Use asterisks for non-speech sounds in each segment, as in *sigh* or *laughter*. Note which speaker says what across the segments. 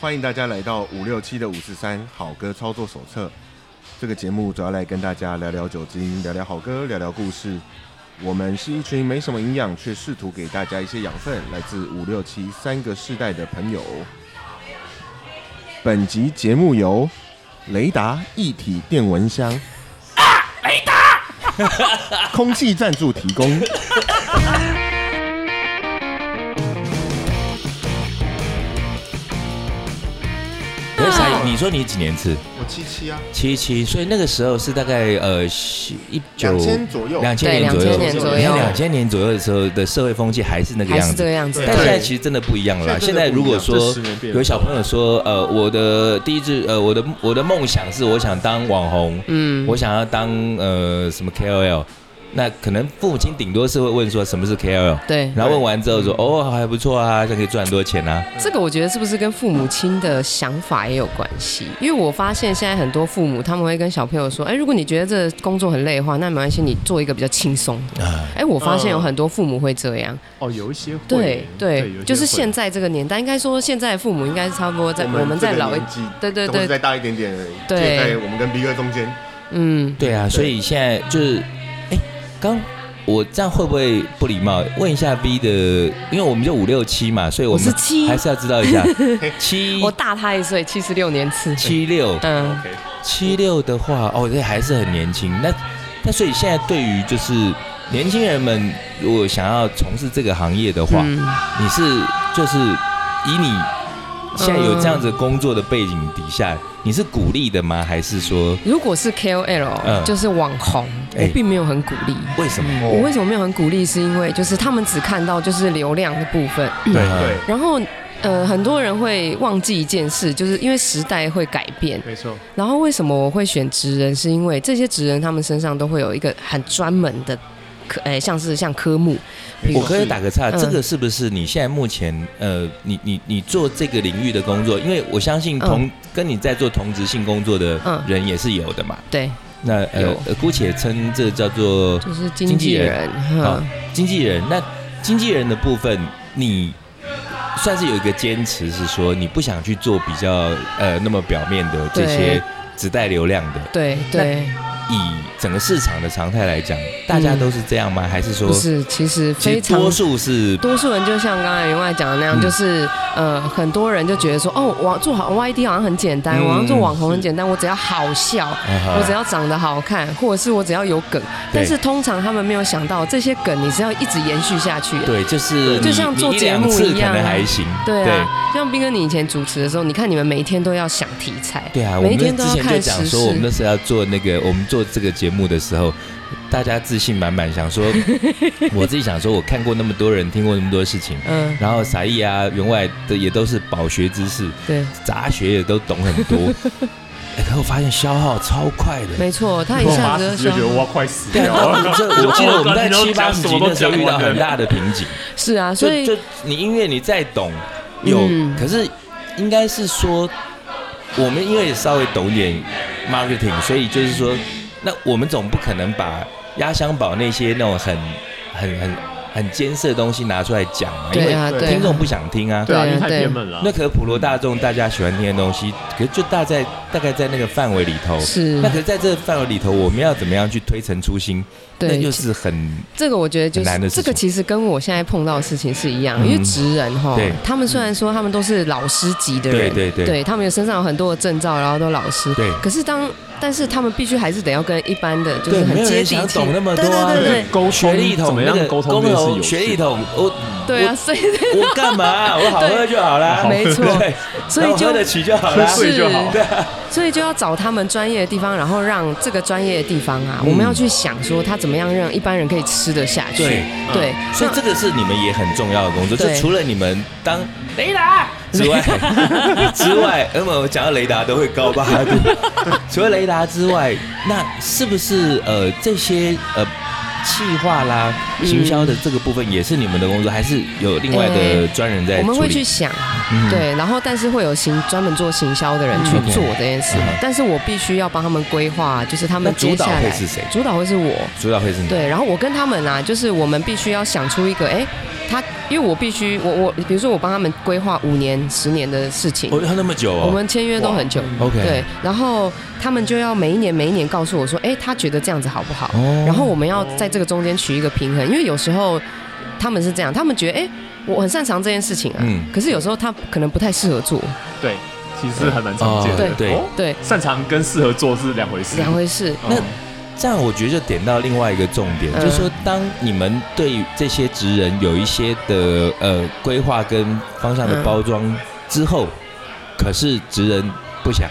Speaker 1: 欢迎大家来到五六七的五四三好歌操作手册。这个节目主要来跟大家聊聊酒精，聊聊好歌，聊聊故事。我们是一群没什么营养，却试图给大家一些养分，来自五六七三个世代的朋友。本集节目由雷达一体电蚊香啊，雷达空气赞助提供。
Speaker 2: 可是
Speaker 3: 啊
Speaker 2: 才你说你几年次？
Speaker 1: 我七七啊，
Speaker 2: 七七，所以那个时候是大概呃一九
Speaker 1: 2000左右
Speaker 2: 两千年左
Speaker 3: 对
Speaker 2: 右，
Speaker 3: 2000
Speaker 2: 哎
Speaker 3: 年左右
Speaker 2: 两千年左右的时候的社会风气还是那个
Speaker 3: 还
Speaker 2: 样
Speaker 3: 是
Speaker 2: 子
Speaker 3: 这个。样子。
Speaker 2: 但现在
Speaker 3: 对，
Speaker 2: 其实真的不一样了啦。
Speaker 1: 现
Speaker 2: 现
Speaker 1: 在
Speaker 2: 在
Speaker 1: 真的
Speaker 2: 如
Speaker 1: 不一
Speaker 2: 果
Speaker 1: 样
Speaker 2: 说
Speaker 1: 这十年变了
Speaker 2: 有小朋友说，呃，我的第一志，呃，我的我的梦想是我想当网红，
Speaker 3: 嗯，
Speaker 2: 我想要当呃什么 KOL，那可能父母亲顶多是会问说什么是 KOL，
Speaker 3: 对，
Speaker 2: 然后问完之后说，
Speaker 3: 嗯
Speaker 2: 哦，还不错啊，这样可以赚很多钱啊。
Speaker 3: 这个我觉得是不是跟父母亲的想法也有关系？因为我发现现在很多父母他们会跟小朋友说：“哎，如果你觉得这工作很累的话，那没关系，你做一个比较轻松的。”哎，我发现有很多父母会这样。
Speaker 4: 哦，有一些会
Speaker 3: 对
Speaker 4: 有
Speaker 3: 对
Speaker 4: 一些，会
Speaker 3: 就是现在这个年代，应该说现在的父母应该是差不多在我们
Speaker 1: 这
Speaker 3: 再
Speaker 1: 个
Speaker 3: 老一
Speaker 1: 年，纪
Speaker 3: 对对
Speaker 1: 都是
Speaker 3: 对
Speaker 1: 再大一点点而已，
Speaker 3: 对
Speaker 1: 介在我们跟 B 哥中间。
Speaker 3: 嗯，
Speaker 2: 对啊，所以现在就是，哎，刚我这样会不会不礼貌？问一下 B 的，因为我们就五六七嘛，所以我
Speaker 3: 我
Speaker 2: 们
Speaker 3: 是七
Speaker 2: 还是要知道一
Speaker 3: *laughs*
Speaker 2: 下七
Speaker 3: 我大他一岁，七十六年次。
Speaker 2: 七六
Speaker 3: 嗯，
Speaker 2: 七六的话，哦，这还是很年轻。那那所以现在对于就是年轻人们，如果想要从事这个行业的话，
Speaker 3: 嗯
Speaker 2: 你是就是以你现在有这样子工作的背景底下，你是鼓励的吗？还是说
Speaker 3: 如果是 KOL，、
Speaker 2: 嗯
Speaker 3: 就是网红，
Speaker 2: 哎
Speaker 3: 我并没有很鼓励。
Speaker 2: 为什么？
Speaker 3: 我为什么没有很鼓励？是因为就是他们只看到就是流量的部分，
Speaker 2: 对
Speaker 1: 对，
Speaker 3: 然后呃，很多人会忘记一件事，就是因为时代会改变。
Speaker 4: 没错，
Speaker 3: 然后为什么我会选职人？是因为这些职人他们身上都会有一个很专门的科，哎、像是像科目，比如
Speaker 2: 我可以打个岔，
Speaker 3: 嗯
Speaker 2: 这个是不是你现在目前呃，你你你做这个领域的工作？因为我相信同、跟你在做同职性工作的
Speaker 3: 嗯
Speaker 2: 人也是有的嘛。
Speaker 3: 对，
Speaker 2: 那呃
Speaker 3: 有，
Speaker 2: 呃姑且称这叫做
Speaker 3: 就是经纪人，
Speaker 2: 好
Speaker 3: 哈，
Speaker 2: 经纪人。那经纪人的部分，你算是有一个坚持，是说你不想去做比较呃那么表面的这些
Speaker 3: 对
Speaker 2: 只带流量的。
Speaker 3: 对对，
Speaker 2: 以整个市场的常态来讲，大家
Speaker 3: 嗯
Speaker 2: 都是这样吗？还是说
Speaker 3: 不是，其实
Speaker 2: 其
Speaker 3: 非
Speaker 2: 实
Speaker 3: 常
Speaker 2: 多数是
Speaker 3: 多数人就像刚才员外讲的那样，
Speaker 2: 嗯
Speaker 3: 就是呃，很多人就觉得说，哦，网做好 YD 好像很简单，
Speaker 2: 嗯
Speaker 3: 我要做网红很简单，我只要好笑，我
Speaker 2: 我
Speaker 3: 只要长得好看，或者是我只要有梗。但是通常他们没有想到，这些梗你是要一直延续下去的。
Speaker 2: 对，就是
Speaker 3: 就
Speaker 2: 你
Speaker 3: 像
Speaker 2: 你
Speaker 3: 做
Speaker 2: 一
Speaker 3: 节
Speaker 2: 两
Speaker 3: 目
Speaker 2: 次
Speaker 3: 一样
Speaker 2: 可能
Speaker 3: 啊
Speaker 2: 还行，
Speaker 3: 对啊，像斌哥你以前主持的时候，你看你们每一天都要想题材，
Speaker 2: 对啊，我
Speaker 3: 每一
Speaker 2: 们
Speaker 3: 天都
Speaker 2: 之
Speaker 3: 要
Speaker 2: 前就
Speaker 3: 看
Speaker 2: 讲
Speaker 3: 时
Speaker 2: 说，我们那
Speaker 3: 事。
Speaker 2: 时候要做那个，我们做这个节目的时候，大家自信满满，想说，
Speaker 3: *laughs*
Speaker 2: 我自己想说，我看过那么多人，听过那么多事情，
Speaker 3: 嗯，
Speaker 2: 然后才艺啊，员外的也都是饱学之士，
Speaker 3: 对，
Speaker 2: 杂学也都懂很
Speaker 3: *laughs*
Speaker 2: 多，哎可我发现消耗超快的。
Speaker 3: 没错，他一
Speaker 4: 我
Speaker 3: 下
Speaker 4: 马
Speaker 3: 子
Speaker 4: 上
Speaker 3: 就
Speaker 4: 就觉得
Speaker 3: 消
Speaker 4: 我要快死
Speaker 2: 对
Speaker 4: 掉
Speaker 2: 啊，
Speaker 1: *laughs*
Speaker 4: 了。
Speaker 2: 我这我记得我们在
Speaker 4: 我刚才
Speaker 2: 七八十集那时候遇到很大的瓶颈，
Speaker 3: 是啊，所
Speaker 2: 就
Speaker 3: 以
Speaker 2: 就你音乐你再懂有，
Speaker 3: 嗯
Speaker 2: 可是应该是说我们因为也稍微懂一点 marketing，所以就是说，那我们总不可能把压箱宝那些那种很很很很艰涩的东西拿出来讲嘛，因
Speaker 3: 对
Speaker 2: 为
Speaker 3: 啊，对啊，
Speaker 2: 听众不想听啊。
Speaker 4: 对啊，
Speaker 3: 对啊
Speaker 4: 因为太
Speaker 3: 对
Speaker 4: 偏门了。
Speaker 2: 那可是普罗大众大家喜欢听的东西，可是就大在大概在那个范围里头。
Speaker 3: 是
Speaker 2: 那可是在这个范围里头，我们要怎么样去推陈出新？那
Speaker 3: 对，
Speaker 2: 又是很
Speaker 3: 这个我觉得就
Speaker 2: 很难的
Speaker 3: 是
Speaker 2: 事情
Speaker 3: 这个，其实跟我现在碰到的事情是一样，
Speaker 2: 嗯
Speaker 3: 因为职人哈
Speaker 2: 对，
Speaker 3: 他们虽然说他们都是老师级的人，
Speaker 2: 对对对
Speaker 3: 他们有身上有很多的证照，然后都老师，
Speaker 2: 对
Speaker 3: 可是当但是他们必须还是得要跟一般的就是
Speaker 2: 对，
Speaker 3: 嗯很
Speaker 2: 没有
Speaker 3: 接
Speaker 2: 人
Speaker 3: 地
Speaker 2: 想
Speaker 3: 气，
Speaker 2: 懂那么多啊。
Speaker 3: 对对
Speaker 2: *laughs*
Speaker 3: 对
Speaker 4: 沟通
Speaker 2: 学历
Speaker 4: 怎
Speaker 2: 统
Speaker 4: 么
Speaker 2: 那
Speaker 4: 样
Speaker 2: 个
Speaker 4: 沟通这件事有
Speaker 2: 学历统，我
Speaker 3: 对啊，所以 *laughs*
Speaker 2: 我干嘛啊、我好喝就好啦，
Speaker 3: 对 *laughs* 没错
Speaker 2: 对
Speaker 3: 所以
Speaker 2: 那我
Speaker 3: 就
Speaker 2: 喝得起就好啦。
Speaker 3: 是
Speaker 4: 就好
Speaker 2: 对啊，
Speaker 3: 所以就要找他们专业的地方，然后让这个专业的地方啊，
Speaker 2: 嗯
Speaker 3: 我们要去想说他怎么样让一般人可以吃得下去，
Speaker 2: 对嗯
Speaker 3: 对，
Speaker 2: 所以这个是你们也很重要的工作，就
Speaker 3: 对
Speaker 2: 除了你们当雷达之
Speaker 3: *laughs*
Speaker 2: 外，之外，那么我讲到雷达都会高
Speaker 3: *laughs*
Speaker 2: 八度。除了雷达之外，那是不是呃这些呃企划啦、
Speaker 3: 嗯
Speaker 2: 行销的这个部分也是你们的工作，还是有另外的
Speaker 3: 诶
Speaker 2: 专人在
Speaker 3: 呃我
Speaker 2: 处
Speaker 3: 们
Speaker 2: 理？
Speaker 3: 会去想，
Speaker 2: 嗯
Speaker 3: 对，然后但是会有行专门做行销的人去
Speaker 2: 嗯
Speaker 3: 做这件事
Speaker 2: 嗯，
Speaker 3: 但是我必须要帮他们规划，就是他
Speaker 2: 那
Speaker 3: 们
Speaker 2: 主
Speaker 3: 接
Speaker 2: 导
Speaker 3: 下
Speaker 2: 会
Speaker 3: 来
Speaker 2: 是谁？
Speaker 3: 主导会是我，
Speaker 2: 主导会是你？
Speaker 3: 对，然后我跟他们啊，就是我们必须要想出一个，哎，他因为我必须我我比如说我帮他们规划五年、十年的事情，
Speaker 2: 哦，要那么久哦。
Speaker 3: 我们签约都很久，
Speaker 2: OK。
Speaker 3: 对，然后他们就要每一年每一年告诉我说，哎，他觉得这样子好不好？
Speaker 2: 哦
Speaker 3: 然后我们要在这个中间取一个平衡，因为有时候他们是这样，他们觉得哎、诶我很擅长这件事情啊，
Speaker 2: 嗯
Speaker 3: 可是有时候他可能不太适合做，
Speaker 4: 对，其实还蛮常见的。
Speaker 2: 哦对
Speaker 4: 哦
Speaker 3: 对，
Speaker 4: 擅长跟适合做是两回事。
Speaker 3: 两回事。
Speaker 4: 哦
Speaker 2: 那这样我觉得就点到另外一个重点，
Speaker 3: 嗯
Speaker 2: 就是说，当你们对这些职人有一些的呃规划跟方向的
Speaker 3: 嗯
Speaker 2: 包装之后，可是职人不想，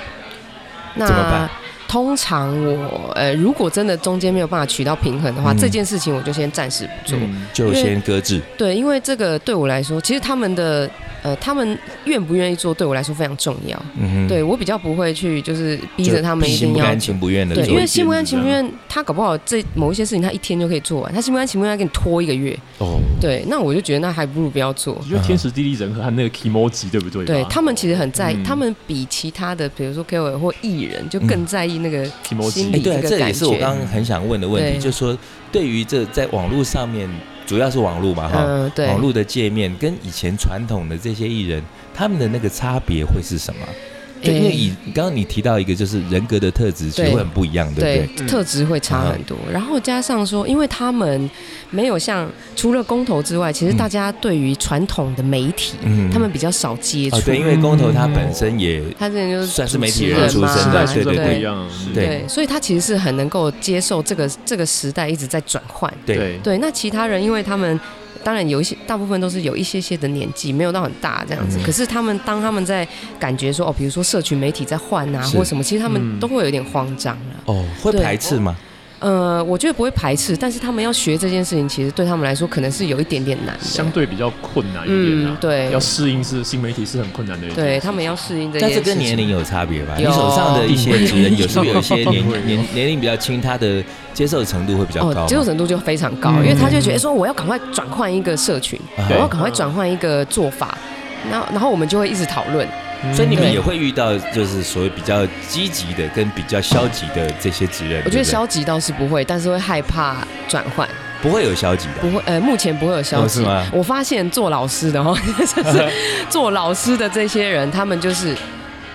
Speaker 3: 那
Speaker 2: 怎么办
Speaker 3: 通常我呃，如果真的中间没有办法取到平衡的话，
Speaker 2: 嗯
Speaker 3: 这件事情我就先暂时不做。
Speaker 4: 嗯
Speaker 2: 就先搁置。
Speaker 3: 对，因为这个对我来说，其实他们的呃，他们愿不愿意做，对我来说非常重要。
Speaker 2: 嗯哼，
Speaker 3: 对我比较不会去就是逼
Speaker 2: 就
Speaker 3: 着他们一
Speaker 2: 心
Speaker 3: 定
Speaker 2: 不
Speaker 3: 要
Speaker 2: 甘情不愿的
Speaker 3: 对，
Speaker 2: 做
Speaker 3: 因为
Speaker 4: 一
Speaker 3: 心不
Speaker 4: 点
Speaker 3: 甘情不
Speaker 4: 这样
Speaker 3: 愿，他搞不好这某一些事情他一天就可以做完，他心不甘情不愿要给你拖一个月。
Speaker 2: 哦，
Speaker 3: 对，那我就觉得那还不如不要做。
Speaker 4: 就天时地利人和和那个 k i m o j i 对不对吧？
Speaker 3: 对他们其实很在意，
Speaker 4: 嗯
Speaker 3: 他们比其他的比如说 KOL 或艺人就
Speaker 2: 嗯
Speaker 3: 更在意那个
Speaker 4: k i m o j
Speaker 3: 心
Speaker 2: 哎，
Speaker 3: 理
Speaker 4: i
Speaker 2: 对啊，
Speaker 3: 这个
Speaker 2: 这也
Speaker 3: 感
Speaker 2: 是我
Speaker 3: 觉
Speaker 2: 刚刚很想问的问题，
Speaker 3: 对
Speaker 2: 就是说，对于这在网络上面，主要是网络嘛哈，
Speaker 3: 嗯对
Speaker 2: 网络的界面跟以前传统的这些艺人，他们的那个差别会是什么？就因为
Speaker 3: 诶
Speaker 2: 以刚刚你提到一个，就是人格的特质其实
Speaker 3: 对
Speaker 2: 会很不一样，对不嗯
Speaker 3: 对
Speaker 2: 对？
Speaker 4: 嗯
Speaker 3: 特质会差很多，然后加上说，因为他们没有像除了公投之外，其实
Speaker 2: 嗯
Speaker 3: 大家对于传统的媒体，
Speaker 2: 嗯
Speaker 3: 他们比较少接
Speaker 2: 哦
Speaker 3: 触。
Speaker 2: 对，因为公投他本身也
Speaker 3: 他之前就是
Speaker 2: 算是
Speaker 3: 主
Speaker 2: 媒
Speaker 3: 持
Speaker 2: 体人出
Speaker 3: 嘛
Speaker 2: 身
Speaker 4: 时代
Speaker 2: 的，
Speaker 4: 是
Speaker 2: 对对
Speaker 4: 真的不一
Speaker 2: 对
Speaker 4: 样，是
Speaker 1: 嗯
Speaker 2: 对
Speaker 3: 对，所以他其实是很能够接受这个这个时代一直在转换。
Speaker 2: 对。
Speaker 4: 对
Speaker 3: 对，那其他人因为他们当然有一些，大部分都是有一些些的年纪，没有到很大这样子。
Speaker 2: 嗯
Speaker 3: 可是他们当他们在感觉说哦，比如说社群媒体在换啊
Speaker 2: 是
Speaker 3: 或什么，其实他
Speaker 4: 嗯
Speaker 3: 们都会有点慌张啊。
Speaker 2: 哦，会
Speaker 3: 对
Speaker 2: 排斥吗？
Speaker 3: 呃，我觉得不会排斥，但是他们要学这件事情，其实对他们来说可能是有一点点难的。
Speaker 4: 相对比较困难一点
Speaker 3: 嗯
Speaker 4: 啊，。
Speaker 3: 对
Speaker 4: 要适应是新媒体是很困难的一件事。
Speaker 3: 对，他们要适应这件
Speaker 2: 但
Speaker 3: 事
Speaker 2: 是
Speaker 3: 情。
Speaker 2: 跟年龄有差别吧？你
Speaker 3: 有
Speaker 2: 手上的一些职人，有时候有一
Speaker 3: *laughs*
Speaker 2: 些
Speaker 4: 定位有
Speaker 2: 年年年龄比较轻，他的接受程度会比较高
Speaker 3: 哦
Speaker 2: 嘛。，
Speaker 3: 接受程度就非常高，
Speaker 4: 嗯
Speaker 3: 因为他就觉得说哦我要赶快转换一个社群，
Speaker 2: 啊
Speaker 4: 对
Speaker 3: 我要赶快转换一个做法，然后然后我们就会一直讨论。
Speaker 4: 嗯
Speaker 2: 所以你们
Speaker 3: 对
Speaker 2: 也会遇到，就是所谓比较积极的跟比较消极的这些职人。
Speaker 3: 我觉得
Speaker 2: 对不对
Speaker 3: 消极倒是不会，但是会害怕转换，
Speaker 2: 不会有消极
Speaker 3: 不
Speaker 2: 的，
Speaker 3: 会，呃，目前不会有消
Speaker 2: 哦是
Speaker 3: 极
Speaker 2: 吗。
Speaker 3: 我发现做老师的哦， *laughs*
Speaker 2: *laughs*
Speaker 3: 就是做老师的这些人，他们就是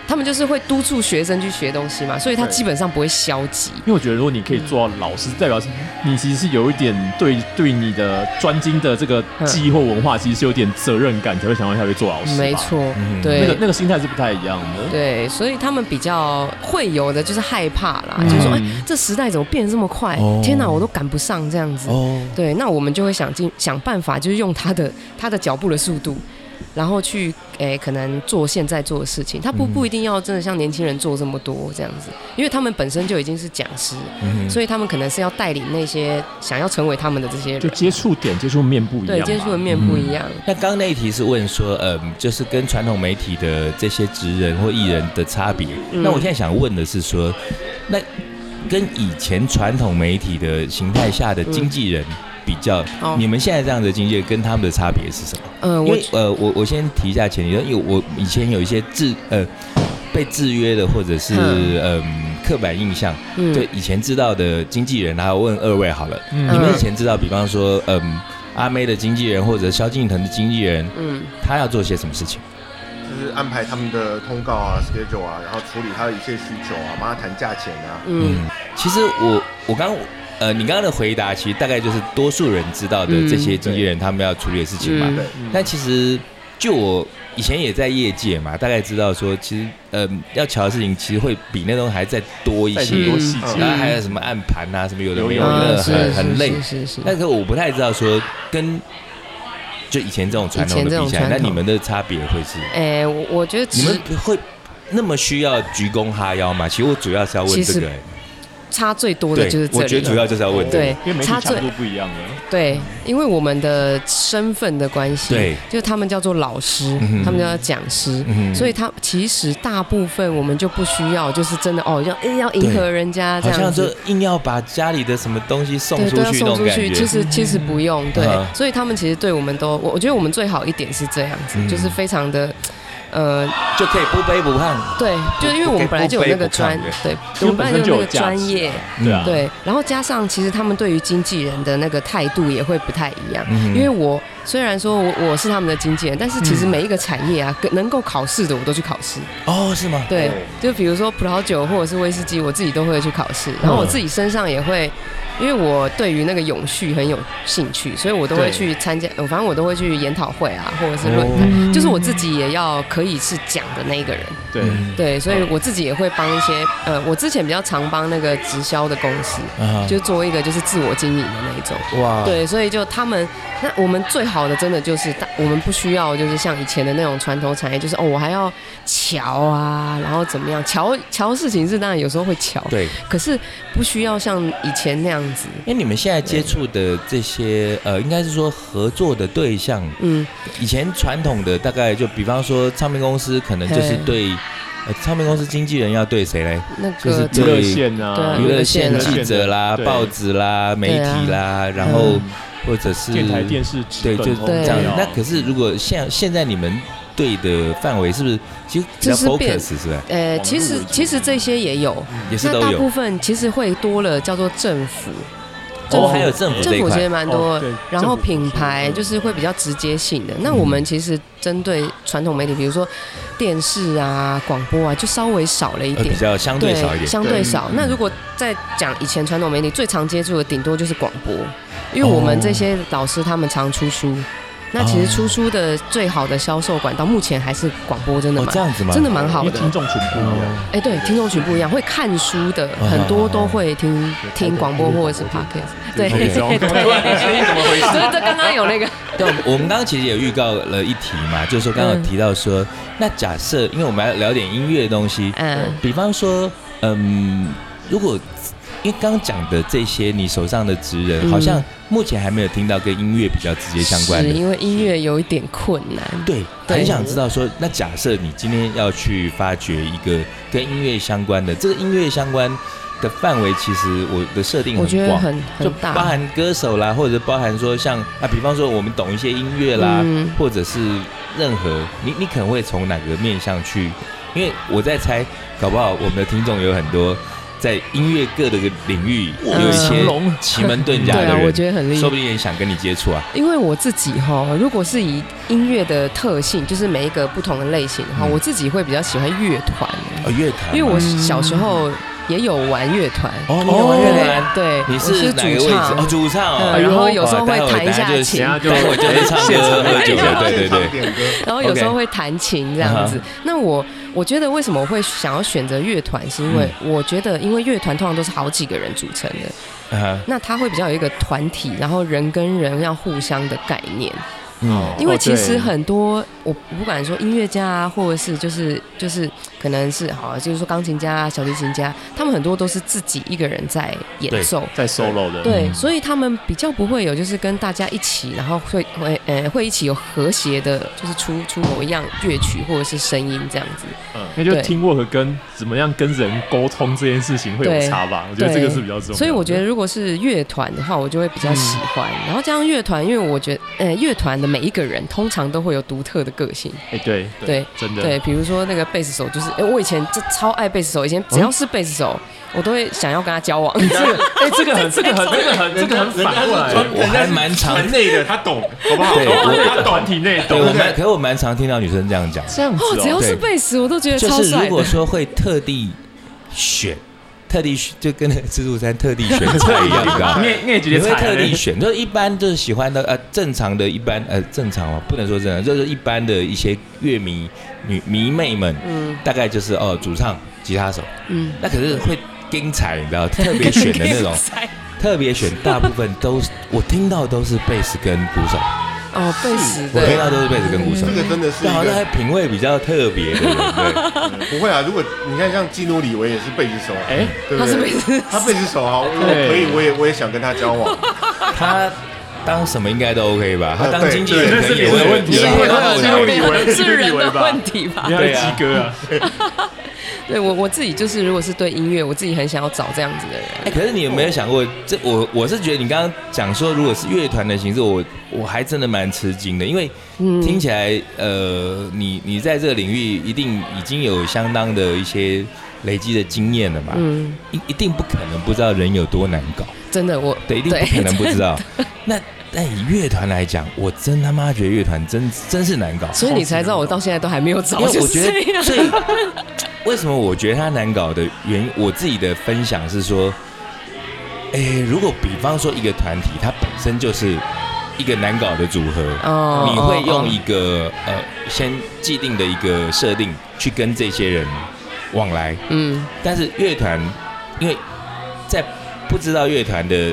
Speaker 3: 他们就是会督促学生去学东西嘛，所以他
Speaker 4: 对
Speaker 3: 基本上不会消极。
Speaker 4: 因为我觉得，如果你可以做到老师，代表你其实是有一点对对你的专精的这个技艺或文化，其实是有点责任感，才会想要下去做老师。
Speaker 3: 没，错，
Speaker 2: 哦嗯
Speaker 4: 那
Speaker 3: 对
Speaker 4: 个那个心态是不太一样的。
Speaker 3: 对，所以他们比较会有的就是害怕啦，就是说，哎，
Speaker 4: 嗯，
Speaker 3: 这时代怎么变得这么快
Speaker 2: 哦？
Speaker 3: 天哪，我都赶不上这样子。
Speaker 2: 哦，
Speaker 3: 对，那我们就会想尽想办法，就是用他的 *laughs* 他的脚步的速度，然后去诶、可能做现在做的事情。他不
Speaker 2: 嗯
Speaker 3: 不一定要真的像年轻人做这么多这样子，因为他们本身就已经是讲师，
Speaker 2: 嗯
Speaker 3: 所以他们可能是要带领那些想要成为他们的这些
Speaker 4: 就
Speaker 3: 人，
Speaker 4: 接触点、接触面不一样
Speaker 3: 对
Speaker 4: 吧。
Speaker 3: 接触的面不一样。
Speaker 2: 那刚刚那一题是问说，嗯，就是跟传统媒体的这些职人或艺人的差别。
Speaker 3: 嗯
Speaker 2: 那我现在想问的是说，那跟以前传统媒体的形态下的经纪人比较，
Speaker 3: 哦
Speaker 2: 嗯你们现在这样的经纪人跟他们的差别是什么？
Speaker 3: 嗯、
Speaker 2: 因
Speaker 3: 我
Speaker 2: 为呃，我我先提一下前提，因为我以前有一些制呃被制约的，或者是
Speaker 3: 嗯
Speaker 2: 嗯、刻板印象，
Speaker 3: 嗯
Speaker 2: 对以前知道的经纪人，然后问二位好了，
Speaker 4: 嗯
Speaker 2: 你们
Speaker 3: 嗯
Speaker 2: 以前知道，比方说嗯阿妹的经纪人或者萧敬腾的经纪人，
Speaker 3: 嗯
Speaker 2: 他要做些什么事情？
Speaker 1: 就是安排他们的通告啊、schedule 啊，然后处理他的一切需求啊，帮他谈价钱啊。
Speaker 3: 嗯，
Speaker 2: 其实我我刚呃你刚刚的回答，其实大概就是多数人知道的
Speaker 3: 嗯
Speaker 2: 这些经纪人他们要处理的事情嘛。
Speaker 3: 嗯
Speaker 1: 对，
Speaker 2: 但其实就我以前也在业界嘛，大概知道说，其实呃要瞧的事情其实会比那种还再多一
Speaker 4: 带
Speaker 2: 些
Speaker 4: 很，多细
Speaker 1: 嗯
Speaker 4: 节，
Speaker 2: 然后还有什么暗盘啊，什么有的没有
Speaker 4: 有
Speaker 2: 的，
Speaker 3: 是
Speaker 2: 很很累。
Speaker 3: 是是是
Speaker 2: 但是我不太知道说跟就以前这种传统
Speaker 3: 以前这
Speaker 2: 的
Speaker 3: 种
Speaker 2: 比起来，
Speaker 3: 传
Speaker 2: 那
Speaker 3: 统
Speaker 2: 你们的差别会是？
Speaker 3: 诶、我我觉得
Speaker 2: 你
Speaker 3: 只
Speaker 2: 们会那么需要鞠躬哈腰吗？其实我主要是要问
Speaker 3: 其实
Speaker 2: 这个、欸，
Speaker 3: 差最多的
Speaker 2: 对
Speaker 3: 就是，
Speaker 2: 我
Speaker 3: 这
Speaker 2: 觉
Speaker 3: 里
Speaker 2: 得主
Speaker 3: 了。
Speaker 2: 要就是要问这个
Speaker 3: 对。
Speaker 4: 因为媒体
Speaker 3: 差
Speaker 4: 强
Speaker 3: 最
Speaker 4: 度不一样啊了。
Speaker 3: 对，因为我们的身份的关系，
Speaker 2: 对，
Speaker 3: 就是他们叫做老师
Speaker 2: 嗯哼，
Speaker 3: 他们叫做讲师，
Speaker 2: 嗯
Speaker 3: 所以他其实大部分我们就不需要，就是真的哦，要哎要迎合人家这
Speaker 2: 好像
Speaker 3: 样
Speaker 2: 就
Speaker 3: 子。
Speaker 2: 硬要把家里的什么东西送
Speaker 3: 对，
Speaker 2: 出
Speaker 3: 都要
Speaker 2: 去那
Speaker 3: 送
Speaker 2: 种
Speaker 3: 出
Speaker 2: 感
Speaker 3: 去，其
Speaker 2: 觉，
Speaker 3: 实
Speaker 4: 嗯
Speaker 3: 其实不用，对
Speaker 2: 啊，
Speaker 3: 所以他们其实对我们都，我我觉得我们最好一点是这样子
Speaker 2: 嗯，
Speaker 3: 就是非常的，呃，
Speaker 2: 就可以不卑不亢。
Speaker 3: 对，就是因为我们本来就有那个专
Speaker 2: 不卑不亢，
Speaker 3: 对，我
Speaker 4: 因为
Speaker 3: 们本
Speaker 4: 本
Speaker 3: 来
Speaker 4: 身
Speaker 3: 就
Speaker 4: 就
Speaker 3: 有那
Speaker 4: 有
Speaker 3: 个
Speaker 4: 价
Speaker 3: 专
Speaker 4: 值
Speaker 3: 业
Speaker 4: 啊，，
Speaker 2: 嗯
Speaker 4: 对啊，
Speaker 3: 对，然后加上其实他们对于经纪人的那个态度也会不太一样，
Speaker 2: 嗯哼
Speaker 3: 因为我虽然说我我是他们的经纪人，但是其实每一个产业啊，跟能够考试的我都去考试，
Speaker 2: 哦，是吗？
Speaker 3: 对，就比如说葡萄酒或者是威士忌，我自己都会去考试，然后我自己身上也会。因为我对于那个永续很有兴趣，所以我都会
Speaker 4: 对
Speaker 3: 去参加，呃反正我都会去研讨会啊，或者是
Speaker 2: 哦
Speaker 3: 论坛，
Speaker 4: 嗯
Speaker 3: 就是我自己也要可以是讲的那一个人。
Speaker 4: 对，
Speaker 2: 嗯
Speaker 3: 对，所以我自己也会帮一些，呃，我之前比较常帮那个直销的公司，
Speaker 2: 啊
Speaker 3: 就做一个就是自我经营的那一种。
Speaker 2: 哇，
Speaker 3: 对，所以就他们，那我们最好的真的就是大，我们不需要就是像以前的那种传统产业，就是哦，我还要瞧啊，然后怎么样瞧瞧事情是当然有时候会瞧，
Speaker 2: 对，
Speaker 3: 可是不需要像以前那样子，
Speaker 2: 因为你们现在接触的这些呃，应该是说合作的对象，
Speaker 3: 嗯，
Speaker 2: 以前传统的大概就比方说唱片公司，可能就是
Speaker 3: 嘿
Speaker 2: 对呃，唱片公司经纪人要对谁嘞？
Speaker 3: 那
Speaker 2: 就是
Speaker 3: 个
Speaker 4: 娱乐
Speaker 2: 对
Speaker 4: 线
Speaker 3: 对
Speaker 4: 啊，
Speaker 2: 娱乐
Speaker 3: 嗯娱
Speaker 2: 线
Speaker 3: 乐线啊
Speaker 2: 记者啦、
Speaker 4: 对
Speaker 2: 报纸啦、媒体啦，然后
Speaker 4: 嗯
Speaker 2: 或者是
Speaker 4: 电台、电视、纸
Speaker 2: 对，就
Speaker 4: 本啊
Speaker 2: 是
Speaker 4: 都
Speaker 2: 这
Speaker 4: 没有
Speaker 2: 样。那可是如果像现在你们对的范围是不是其实比较
Speaker 3: 就是变
Speaker 2: focus 是吧？
Speaker 3: 呃，
Speaker 4: 网
Speaker 3: 其
Speaker 4: 络
Speaker 3: 实
Speaker 4: 为主
Speaker 3: 其实这些也有，
Speaker 4: 嗯
Speaker 2: 也是
Speaker 3: 那
Speaker 2: 都
Speaker 3: 大部
Speaker 2: 有。
Speaker 3: 分其实会多了叫做政府，
Speaker 2: 哦，
Speaker 4: 哦
Speaker 2: 还有政府这
Speaker 3: 政
Speaker 2: 一
Speaker 3: 府其
Speaker 2: 块
Speaker 3: 实，蛮多
Speaker 4: 哦
Speaker 3: 的
Speaker 4: 对，
Speaker 3: 然后
Speaker 4: 政府
Speaker 3: 品牌
Speaker 4: 嗯
Speaker 3: 就是会比较直接性的。
Speaker 2: 嗯
Speaker 3: 那我们其实针对传统媒体，比如说电视啊、广播啊，就稍微少了一
Speaker 2: 呃，比
Speaker 3: 点。
Speaker 2: 较相对少一点。
Speaker 3: 相对
Speaker 4: 对
Speaker 3: 少。
Speaker 2: 嗯
Speaker 3: 那如果再讲以前传统媒体最常接触的，顶多就是广播，因为我
Speaker 2: 哦
Speaker 3: 们这些老师他们常出书。那其实出书的最好的销售管道，目前还是广播，真的
Speaker 2: 哦，这
Speaker 3: 蛮
Speaker 2: 样子吗？哦
Speaker 3: 真的蛮好
Speaker 4: 因为
Speaker 3: 的。
Speaker 4: 听众群不一样，
Speaker 3: 哎，对，听众群不一样，会看书的
Speaker 2: 啊
Speaker 3: 很多都会听听广播或者是 podcast。对，
Speaker 2: 对
Speaker 3: 对，
Speaker 4: 对怎么回事
Speaker 3: 所以这刚刚有那个
Speaker 2: 对，我们刚刚其实也预告了一题嘛，就是说刚
Speaker 3: 嗯
Speaker 2: 刚有提到说，那假设因为我们要聊点音乐的东西，
Speaker 3: 嗯
Speaker 2: 比方说，嗯，如果因为刚刚讲的这些，你手上的职人、
Speaker 3: 嗯
Speaker 2: 好像目前还没有听到跟音乐比较直接相关
Speaker 3: 是
Speaker 2: 的。
Speaker 3: 因为音乐有一点困难。
Speaker 2: 对，
Speaker 3: 对
Speaker 2: 很想知道说，那假设你今天要去发掘一个跟音乐相关的，这个音乐相关的范围，其实我的设定
Speaker 3: 我觉
Speaker 2: 很
Speaker 3: 得
Speaker 2: 广，
Speaker 3: 很
Speaker 2: 就
Speaker 3: 很
Speaker 2: 包
Speaker 3: 大。
Speaker 2: 含歌手啦，或者包含说像啊，比方说我们懂一些音乐啦，
Speaker 3: 嗯
Speaker 2: 或者是任何你你可能会从哪个面向去，因为我在猜，搞不好我们的听众有很多在音乐各的领域有一
Speaker 3: 呃
Speaker 2: 些
Speaker 4: 成龙
Speaker 2: 奇门遁甲
Speaker 3: 嗯对
Speaker 2: 的
Speaker 3: 啊，我
Speaker 2: 人，
Speaker 3: 觉得很厉害
Speaker 2: 说。不定也想跟你接触啊。
Speaker 3: 因为我自己哈，如果是以音乐的特性，就是每一个不同的类型的话，
Speaker 2: 嗯
Speaker 3: 我自己会比较喜欢乐团，
Speaker 2: 哦，乐团嘛，
Speaker 3: 因为我小时候也有玩乐团。
Speaker 2: 哦，你有玩乐团。
Speaker 3: 对，
Speaker 2: 你
Speaker 3: 我
Speaker 2: 是
Speaker 3: 是主
Speaker 2: 哪个位置？哦，
Speaker 3: 唱。
Speaker 2: 主唱哦。
Speaker 3: 嗯
Speaker 2: 哎呦
Speaker 3: 然后有时候会
Speaker 2: 哦
Speaker 3: 弹一下琴
Speaker 2: 待会儿就是唱
Speaker 4: 现
Speaker 2: 歌
Speaker 4: 场
Speaker 2: 喝酒的，对对对。
Speaker 1: 点歌，
Speaker 3: 然后有时候会弹琴这样子。
Speaker 2: 嗯
Speaker 3: 那我我觉得为什么我会想要选择乐团，是因为
Speaker 4: 嗯
Speaker 3: 我觉得因为乐团通常都是好几个人组成的，
Speaker 2: 啊，
Speaker 3: 那它会比较有一个团体，然后人跟人要互相的概念。
Speaker 2: 嗯，
Speaker 3: 因为
Speaker 4: 哦
Speaker 3: 其实
Speaker 4: 对
Speaker 3: 很多，我不管说音乐家啊，或者是就是就是可能是好啊，就是说钢琴家、啊、小提琴家，他们很多都是自己一个人在演奏。
Speaker 4: 在 solo 的，
Speaker 3: 对，
Speaker 2: 嗯
Speaker 3: 所以他们比较不会有，就是跟大家一起，然后会会呃会一起有和谐的，就是出出某一样乐曲或者是声音这样子。
Speaker 4: 嗯，那就
Speaker 3: 对
Speaker 4: teamwork 跟怎么样跟人沟通这件事情会
Speaker 3: 对
Speaker 4: 有差吧？我觉得这个是比较重要的。
Speaker 3: 所以我觉嗯得如果是乐团的话，我就会比较喜欢。然后加上乐团，因为我觉得呃乐团的每一个人通常都会有独特的个性。
Speaker 4: 哎，对
Speaker 3: 对，
Speaker 4: 真的
Speaker 3: 对，比如说那个贝斯手，就是哎、诶我以前这超爱贝斯手，以前只要是贝斯手，我都会想要跟他交往。
Speaker 4: 这个哎，这个很这个很这个很这个很反过来，
Speaker 2: 我还蛮常
Speaker 1: 团内的，他懂，好不好？
Speaker 2: 对
Speaker 1: 懂
Speaker 2: 我
Speaker 4: 对
Speaker 1: 他
Speaker 4: 团
Speaker 1: 懂。
Speaker 4: 体内
Speaker 2: 对
Speaker 4: 懂
Speaker 2: 我蛮，可是我蛮常听到女生这样讲，
Speaker 4: 这样子
Speaker 3: 哦哦，只要
Speaker 4: 哦，
Speaker 3: 是贝斯，我都觉得
Speaker 2: 就
Speaker 3: 超
Speaker 2: 是如
Speaker 3: 帅
Speaker 2: 果
Speaker 3: 的。
Speaker 2: 说会特地选，特地选就跟那个自助餐特地选菜一
Speaker 3: *laughs*
Speaker 2: 样，你知道吗
Speaker 4: 你？也你也觉
Speaker 2: 你
Speaker 4: 得
Speaker 2: 会
Speaker 4: 惨
Speaker 2: 特地
Speaker 4: 欸
Speaker 2: 选，就是一般就是喜欢的呃正常的一般呃正常嘛，不能说正常，就是一般的一些乐迷女迷妹们，
Speaker 3: 嗯
Speaker 2: 大概就是哦主唱、吉他手，
Speaker 3: 嗯，，
Speaker 2: 那可是会精彩，你知道，特别选的那
Speaker 3: *laughs*
Speaker 2: 种
Speaker 3: 帅
Speaker 2: 特别选大部分都是我听到都是贝斯跟鼓手，
Speaker 3: 哦，贝斯
Speaker 2: 我听
Speaker 3: 对，嗯
Speaker 2: 到都是贝斯跟鼓手
Speaker 1: 这，个真的是一
Speaker 2: 但好像还
Speaker 1: 个
Speaker 2: 品味比较特别的人，
Speaker 1: 不
Speaker 2: 对，
Speaker 1: 会啊！如果你看像基努里维也是贝斯手，啊
Speaker 4: 哎，
Speaker 1: 对不对
Speaker 3: 他是贝斯
Speaker 1: 他贝斯手啊，如果
Speaker 4: 对
Speaker 1: 可以，我也我也想跟他交往。
Speaker 2: 他当什么应该都 OK 吧？他
Speaker 1: 呃
Speaker 2: 当
Speaker 1: 对
Speaker 2: 经纪
Speaker 1: 对
Speaker 2: 人
Speaker 4: 这
Speaker 2: 可
Speaker 4: 是
Speaker 2: 能也
Speaker 4: 你的
Speaker 2: 会
Speaker 4: 问题
Speaker 2: 也
Speaker 4: 啊
Speaker 2: 会
Speaker 4: 这
Speaker 2: 后
Speaker 4: 是
Speaker 2: 悔
Speaker 4: 你以为
Speaker 3: 是人的
Speaker 4: 以为吧
Speaker 3: 问题吧
Speaker 4: 你？还及格啊？
Speaker 3: 对我我自己就是，如果是对音乐，我自己很想要找这样子的人。
Speaker 2: 哎，可是你有没有想过，这我我是觉得你刚刚讲说，如果是乐团的形式，我我还真的蛮吃惊的，因为
Speaker 3: 嗯
Speaker 2: 听起来，呃，你你在这个领域一定已经有相当的一些累积的经验了嘛，
Speaker 3: 嗯，
Speaker 2: 一一定不可能不知道人有多难搞，
Speaker 3: 真的我
Speaker 2: 对，一定不可能不知道。那那以乐团来讲，我真他妈觉得乐团真真是
Speaker 3: *laughs*
Speaker 2: 难搞，
Speaker 3: *laughs* 所以你才知道我到现在都还没有找
Speaker 2: 因，为
Speaker 3: 就
Speaker 2: 我
Speaker 3: 是
Speaker 2: 觉得
Speaker 3: 这样。
Speaker 2: 最为什么我觉得它难搞的原因，我自己的分享是说，诶，如果比方说一个团体，它本身就是一个难搞的组合，
Speaker 3: 哦
Speaker 2: 你会
Speaker 3: 哦
Speaker 2: 用一
Speaker 3: 哦
Speaker 2: 个呃先既定的一个设定去跟这些人往来，
Speaker 3: 嗯
Speaker 2: 但是乐团，因为在不知道乐团的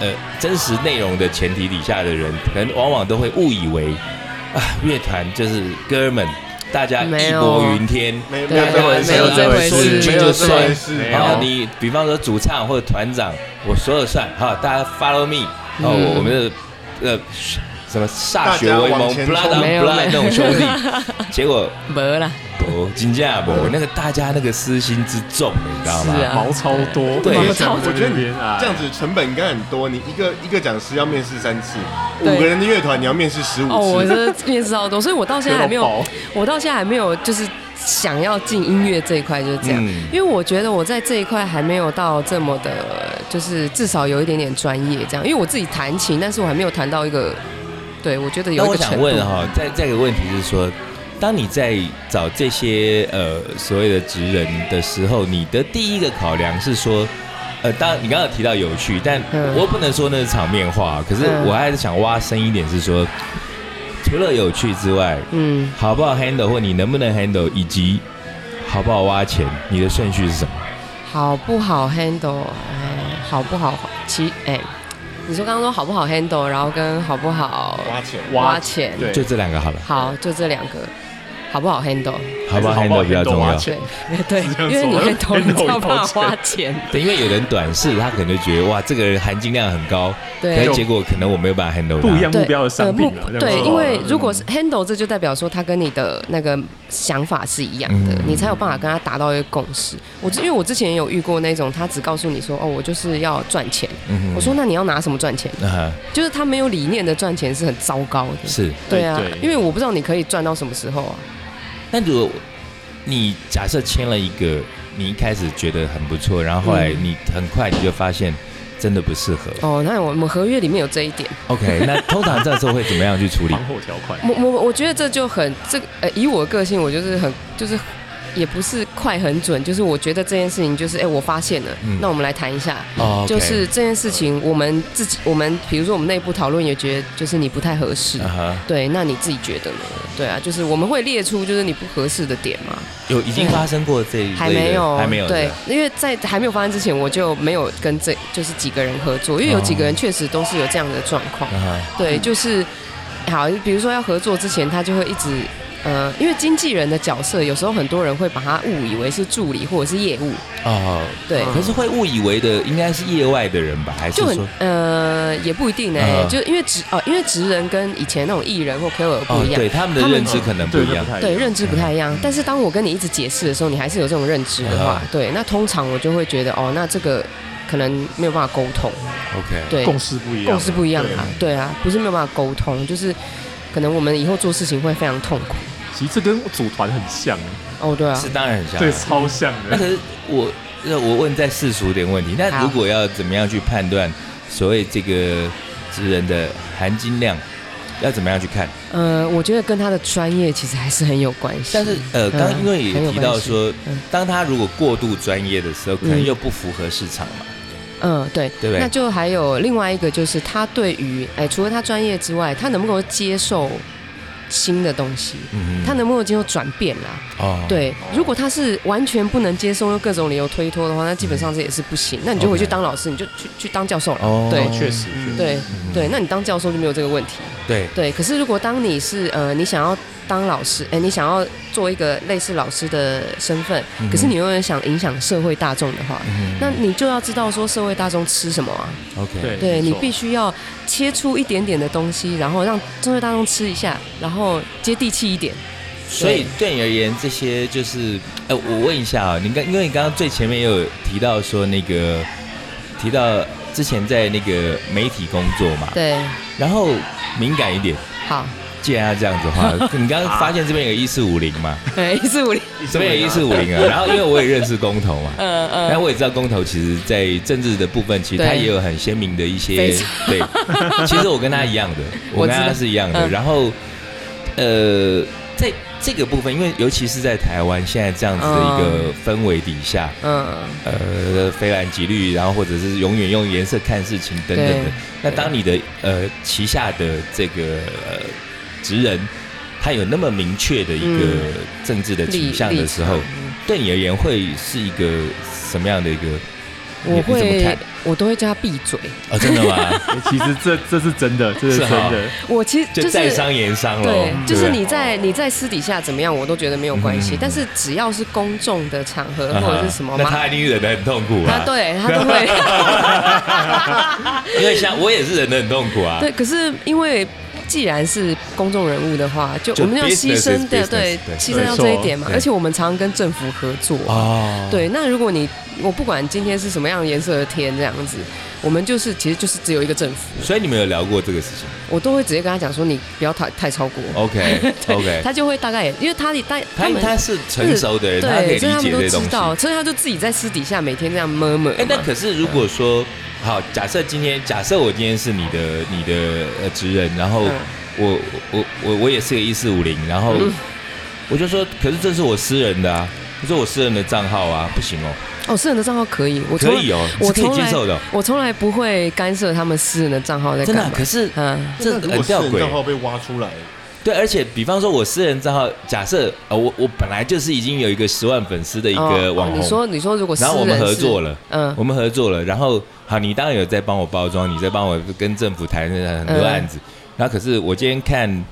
Speaker 2: 呃真实内容的前提底下的人，可能往往都会误以为啊，乐团就是哥们，大家
Speaker 3: 没
Speaker 2: 义
Speaker 3: 有
Speaker 2: 薄云天。啊
Speaker 1: 没
Speaker 3: 对
Speaker 1: 有这回事，
Speaker 3: 没
Speaker 1: 没
Speaker 3: 有
Speaker 1: 有
Speaker 3: 这回事
Speaker 1: 说一句就
Speaker 2: 没有这
Speaker 1: 算
Speaker 2: 回
Speaker 1: 是，
Speaker 4: 没有
Speaker 2: 然后
Speaker 1: 好
Speaker 2: 你比方说主唱或者团长，我说了算哈，大家 follow me，哦，
Speaker 3: 嗯
Speaker 2: 我我们的呃什么歃血为
Speaker 1: 大家
Speaker 2: 盟
Speaker 1: 往前冲
Speaker 2: ，blood on
Speaker 3: 没有
Speaker 2: blood
Speaker 3: 没有
Speaker 2: 那种兄弟， *laughs* 结果
Speaker 3: 没啦，
Speaker 2: 不金价不，那个大家那个私心之重，你知道吗？
Speaker 3: 是啊
Speaker 4: 毛超多，
Speaker 2: 对
Speaker 4: 毛
Speaker 1: 我觉得你
Speaker 4: 啊
Speaker 1: 这样子成本应该很多，你一个一个讲师要面试三次，五
Speaker 3: 对
Speaker 1: 个人的乐团你要面试十五
Speaker 3: 哦，我
Speaker 1: 次，
Speaker 3: 这面试好多，所以我到现在还没有
Speaker 4: 割到爆，
Speaker 3: 我到现在还没有就是想要进音乐这一块，就是这样、
Speaker 2: 嗯
Speaker 3: 因为我觉得我在这一块还没有到这么的，就是至少有一点点专业这样，因为我自己弹琴，但是我还没有弹到一个，对我觉得
Speaker 2: 那
Speaker 3: 有一
Speaker 2: 我
Speaker 3: 个
Speaker 2: 想
Speaker 3: 程度。
Speaker 2: 问哈、再再一个问题是说，当你在找这些呃所谓的职人的时候，你的第一个考量是说，呃，当然你刚刚有提到有趣，但
Speaker 3: 嗯
Speaker 2: 我不能说那是场面话，可是
Speaker 3: 嗯
Speaker 2: 我还是想挖深一点，是说，除了有趣之外，
Speaker 3: 嗯，
Speaker 2: 好不好 handle 或你能不能 handle，以及好不好挖钱，你的顺序是什么？
Speaker 3: 好不好 handle？哎，好不好？其哎，你说刚刚说好不好 handle，然后跟好不好
Speaker 1: 花钱
Speaker 3: 花钱
Speaker 4: 对，
Speaker 2: 就这两个好了，
Speaker 3: 好，就这两个，好不好 handle？
Speaker 2: 好不好
Speaker 4: 还是好不好
Speaker 2: handle 比较
Speaker 4: handle
Speaker 2: 重
Speaker 4: 挖
Speaker 2: 要
Speaker 4: 钱。
Speaker 3: 对 *laughs* 对
Speaker 4: 这，样
Speaker 3: 因为 *laughs* 你
Speaker 4: 说
Speaker 3: handle 你
Speaker 4: handle
Speaker 3: 知道
Speaker 4: 一包
Speaker 3: 怕
Speaker 4: 钱
Speaker 3: 花钱，
Speaker 2: 对，因为有人短视，他可能觉得哇，这个人含金量很高，可
Speaker 3: 对
Speaker 2: 是。结果可能我没有办法 handle 他。
Speaker 4: 不一样
Speaker 3: 对
Speaker 4: 目标的商品
Speaker 3: 呃
Speaker 4: 啊
Speaker 3: 目，
Speaker 4: 这样嗯
Speaker 3: 对，
Speaker 4: 说
Speaker 3: 因为
Speaker 2: 哦
Speaker 3: 如果是 handle，这就代表说他跟你的那个想法是一样的，
Speaker 2: 嗯
Speaker 3: 你才有办法跟他达到一个共识。我之因为我之前有遇过那种，他只告诉你说，哦，我就是要赚钱。
Speaker 2: 嗯哼
Speaker 3: 我说那你要拿什么赚钱？
Speaker 2: 啊，
Speaker 3: 就是他没有理念的赚钱是很糟糕的。
Speaker 2: 是。
Speaker 3: 对啊
Speaker 4: 对，对
Speaker 3: 因为我不知道你可以赚到什么时候啊。
Speaker 2: 那如果你假设签了一个，你一开始觉得很不错，然后后来
Speaker 3: 嗯
Speaker 2: 你很快你就发现真的不适合。
Speaker 3: 哦，那我们合约里面有这一点，
Speaker 2: OK，那通常这时候会怎么样去处
Speaker 3: *laughs*
Speaker 2: 理
Speaker 4: 防？火条款，
Speaker 3: 我我我觉得这就很这个呃，以我的个性，我就是很就是也不是快很准，就是我觉得这件事情就是哎、我发现了，
Speaker 2: 嗯
Speaker 3: 那我们来谈一下。
Speaker 2: 哦，OK
Speaker 3: 就是这件事情，我们自己，我们比如说我们内部讨论也觉得，就是你不太合适
Speaker 2: 啊，哈，
Speaker 3: 对，那你自己觉得呢？对啊，就是我们会列出就是你不合适的点嘛，
Speaker 2: 有已经发生过这一类的
Speaker 3: 还没有，
Speaker 2: 还没有
Speaker 3: 对
Speaker 2: 的，
Speaker 3: 因为在还没有发生之前，我就没有跟这就是几个人合作，因为有几个人确实都是有这样的状况，
Speaker 2: 啊哈，
Speaker 3: 对，就是好，比如说要合作之前，他就会一直。呃，因为经纪人的角色，有时候很多人会把他误以为是助理或者是业务，
Speaker 2: 哦，
Speaker 3: 对，
Speaker 2: 可是会误以为的应该是业外的人吧？还是
Speaker 3: 就很
Speaker 2: 说
Speaker 3: 呃，也不一定呢、
Speaker 2: 嗯
Speaker 3: 就是因为职哦，因为职人跟以前那种艺人或 KOL 不
Speaker 2: 哦
Speaker 3: 一，样，
Speaker 2: 对，他们的
Speaker 3: 他们
Speaker 2: 认知可能不
Speaker 4: 对，
Speaker 2: 一
Speaker 4: 那
Speaker 2: 样
Speaker 4: 不。太一
Speaker 3: 对
Speaker 4: 样
Speaker 3: 认知不太一样。但是当我跟你一直解释的时候，你还是有这种认知的话，
Speaker 2: 嗯
Speaker 3: 对，那通常我就会觉得哦，那这个可能没有办法沟通，
Speaker 2: OK，
Speaker 3: 对，
Speaker 4: 共识不一样，
Speaker 3: 共识不一样啊，对啊，不是没有办法沟通，就是可能我们以后做事情会非常痛苦。
Speaker 4: 其实这跟组团很像，
Speaker 3: 哦，对啊
Speaker 2: 是，当然很像。
Speaker 4: 对，超像
Speaker 2: 那
Speaker 4: 的。哦
Speaker 2: 可是我，那我问再世俗点问题，那
Speaker 3: 好
Speaker 2: 如果要怎么样去判断所谓这个职人的含金量，要怎么样去看？
Speaker 3: 呃，我觉得跟他的专业其实还是很有关系。
Speaker 2: 但是呃，刚因为
Speaker 3: 很
Speaker 2: 也
Speaker 3: 有
Speaker 2: 提到
Speaker 3: 关系
Speaker 2: 说
Speaker 3: 嗯，
Speaker 2: 当他如果过度专业的时候，可能
Speaker 3: 嗯
Speaker 2: 又不符合市场嘛。
Speaker 3: 嗯，对，
Speaker 2: 对不对
Speaker 3: 那就还有另外一个，就是他对于哎，除了他专业之外，他能不能够接受新的东西？
Speaker 2: 嗯
Speaker 3: 他能不能够接受转变啦？
Speaker 2: 哦，
Speaker 3: 对，如果他是完全不能接受，用各种理由推脱的话，那基本上这也是不行。那你就回去
Speaker 2: OK
Speaker 3: 当老师，你就去去当教授了。
Speaker 2: 哦，
Speaker 3: 对
Speaker 4: 确实，
Speaker 1: 嗯
Speaker 3: 对
Speaker 2: 嗯
Speaker 3: 对，那你当教授就没有这个问题。
Speaker 2: 对
Speaker 3: 对，可是如果当你是呃，你想要当老师，哎、你想要做一个类似老师的身份，
Speaker 2: 嗯
Speaker 3: 可是你永远想影响社会大众的话，那你就要知道说社会大众吃什么啊？
Speaker 2: OK，
Speaker 4: 对
Speaker 3: 对
Speaker 4: 没
Speaker 3: 你
Speaker 4: 错
Speaker 3: 必须要切出一点点的东西，然后让社会大众吃一下，然后接地气一点。
Speaker 2: 所以对你而言，这些就是，呃，我问一下啊，你刚因为你刚刚最前面也有提到说那个，提到之前在那个媒体工作嘛，
Speaker 3: 对，
Speaker 2: 然后敏感一点，
Speaker 3: 好， *laughs*
Speaker 2: 既然要这样子的话，你刚刚发现这边有一四五零嘛，
Speaker 3: 哎， *laughs* 一四五零，
Speaker 2: 这边有一四五零啊，然后因为我也认识公投嘛。
Speaker 3: 嗯
Speaker 2: 但
Speaker 3: 嗯，
Speaker 2: 哎我也知道公投其实，在政治的部分，其实
Speaker 3: 对
Speaker 2: 他也有很鲜明的一些
Speaker 3: 非常 *laughs*
Speaker 2: 对。其实我跟他一样的，我
Speaker 3: 我
Speaker 2: 跟
Speaker 3: 知
Speaker 2: 他
Speaker 3: 道
Speaker 2: 是一样的。
Speaker 3: 嗯
Speaker 2: 然后，呃，在这个部分，因为尤其是在台湾现在这样子的一个氛围底下，
Speaker 3: 嗯，
Speaker 2: 呃，非蓝即绿，然后或者是永远用颜色看事情等等的
Speaker 3: 对。
Speaker 2: 那当你的呃旗下的这个呃职人，他有那么明确的一个
Speaker 3: 嗯
Speaker 2: 政治的倾
Speaker 3: 立
Speaker 2: 向的
Speaker 3: 立
Speaker 2: 时候
Speaker 3: 场，嗯
Speaker 2: 对你而言会是一个什么样的一个？你
Speaker 3: 我
Speaker 2: 你怎么
Speaker 3: 会
Speaker 2: 看？，
Speaker 3: 我都会叫他闭嘴。
Speaker 2: 哦，真的
Speaker 3: *laughs*
Speaker 2: 吗？
Speaker 4: 其实这这是真的，这是
Speaker 2: 是
Speaker 4: 真
Speaker 2: 哈
Speaker 4: 的，
Speaker 3: 我其实
Speaker 2: 就是在商言商喽
Speaker 3: 对，，就是
Speaker 2: 不对嗯
Speaker 3: 你在你在私底下怎么样，我都觉得没有关系。但是只要是公众的场合
Speaker 2: 嗯哼
Speaker 3: 或者是什么
Speaker 2: 那
Speaker 3: 嘛，
Speaker 2: 他一定忍得很痛苦
Speaker 3: 他
Speaker 2: 啊。
Speaker 3: 对他都会。
Speaker 2: *laughs*
Speaker 3: *laughs*
Speaker 2: 因为像我也是忍得很痛苦啊。
Speaker 3: 对，可是因为既然是公众人物的话，就
Speaker 2: 就
Speaker 3: 我们要
Speaker 2: business
Speaker 3: 牺
Speaker 2: is
Speaker 3: 牲的
Speaker 2: business，
Speaker 3: 对
Speaker 2: 对
Speaker 3: 牺牲到这一点嘛
Speaker 2: 没。错
Speaker 3: 而且我们常跟政府合作，
Speaker 2: 哦，
Speaker 3: 对。那如果你我不管今天是什么样颜色的天这样子，我们就是其实就是只有一个政府，
Speaker 2: 所以你们有聊过这个事情
Speaker 3: 我都会直接跟他讲说你不要太太超过，
Speaker 2: ？OK
Speaker 3: *laughs* 对
Speaker 2: 哦 OK，
Speaker 3: 他就会大概也因为他他
Speaker 2: 他
Speaker 3: 们
Speaker 2: 他是成熟的人，他可
Speaker 3: 对，
Speaker 2: 以
Speaker 3: 这
Speaker 2: 理
Speaker 3: 他
Speaker 2: 解
Speaker 3: 们都
Speaker 2: 这些东
Speaker 3: 知
Speaker 2: 西。
Speaker 3: 道，所以他就自己在私底下每天这样摸摸。
Speaker 2: 哎，那可是如果说，好，假设今天，假设我今天是你的你的呃职人，然后
Speaker 3: 嗯
Speaker 2: 我我我我也是个一四五零，然后
Speaker 3: 嗯
Speaker 2: 我就说，可是这是我私人的啊，这是我私人的账号啊，不行哦，
Speaker 3: 哦，私人的账号可以，我
Speaker 2: 可
Speaker 3: 从
Speaker 2: 以哦，
Speaker 3: 我
Speaker 2: 是可以
Speaker 3: 从
Speaker 2: 接
Speaker 3: 来
Speaker 2: 受的哦，
Speaker 3: 我从来不会干涉他们私人的账号在
Speaker 2: 真
Speaker 3: 干
Speaker 2: 的啊。
Speaker 3: 嘛。
Speaker 2: 可是
Speaker 3: 嗯，
Speaker 2: 这
Speaker 1: 那如果
Speaker 2: 很
Speaker 1: 私
Speaker 2: 吊
Speaker 1: 人账号
Speaker 2: 诡，
Speaker 1: 被挖出来，
Speaker 2: 对，而且比方说我私人账号，假设呃我我本来就是已经有一个十万粉丝的一个
Speaker 3: 哦
Speaker 2: 网
Speaker 3: 哦
Speaker 2: 红
Speaker 3: 你，说你说如果私
Speaker 2: 然
Speaker 3: 人
Speaker 2: 后我们合作
Speaker 3: 了，
Speaker 2: 了。
Speaker 3: 嗯
Speaker 2: *laughs* 我们合作了，然后好，你当然有在帮我包装，你在帮我跟政府谈很多案子，然后可是我今天看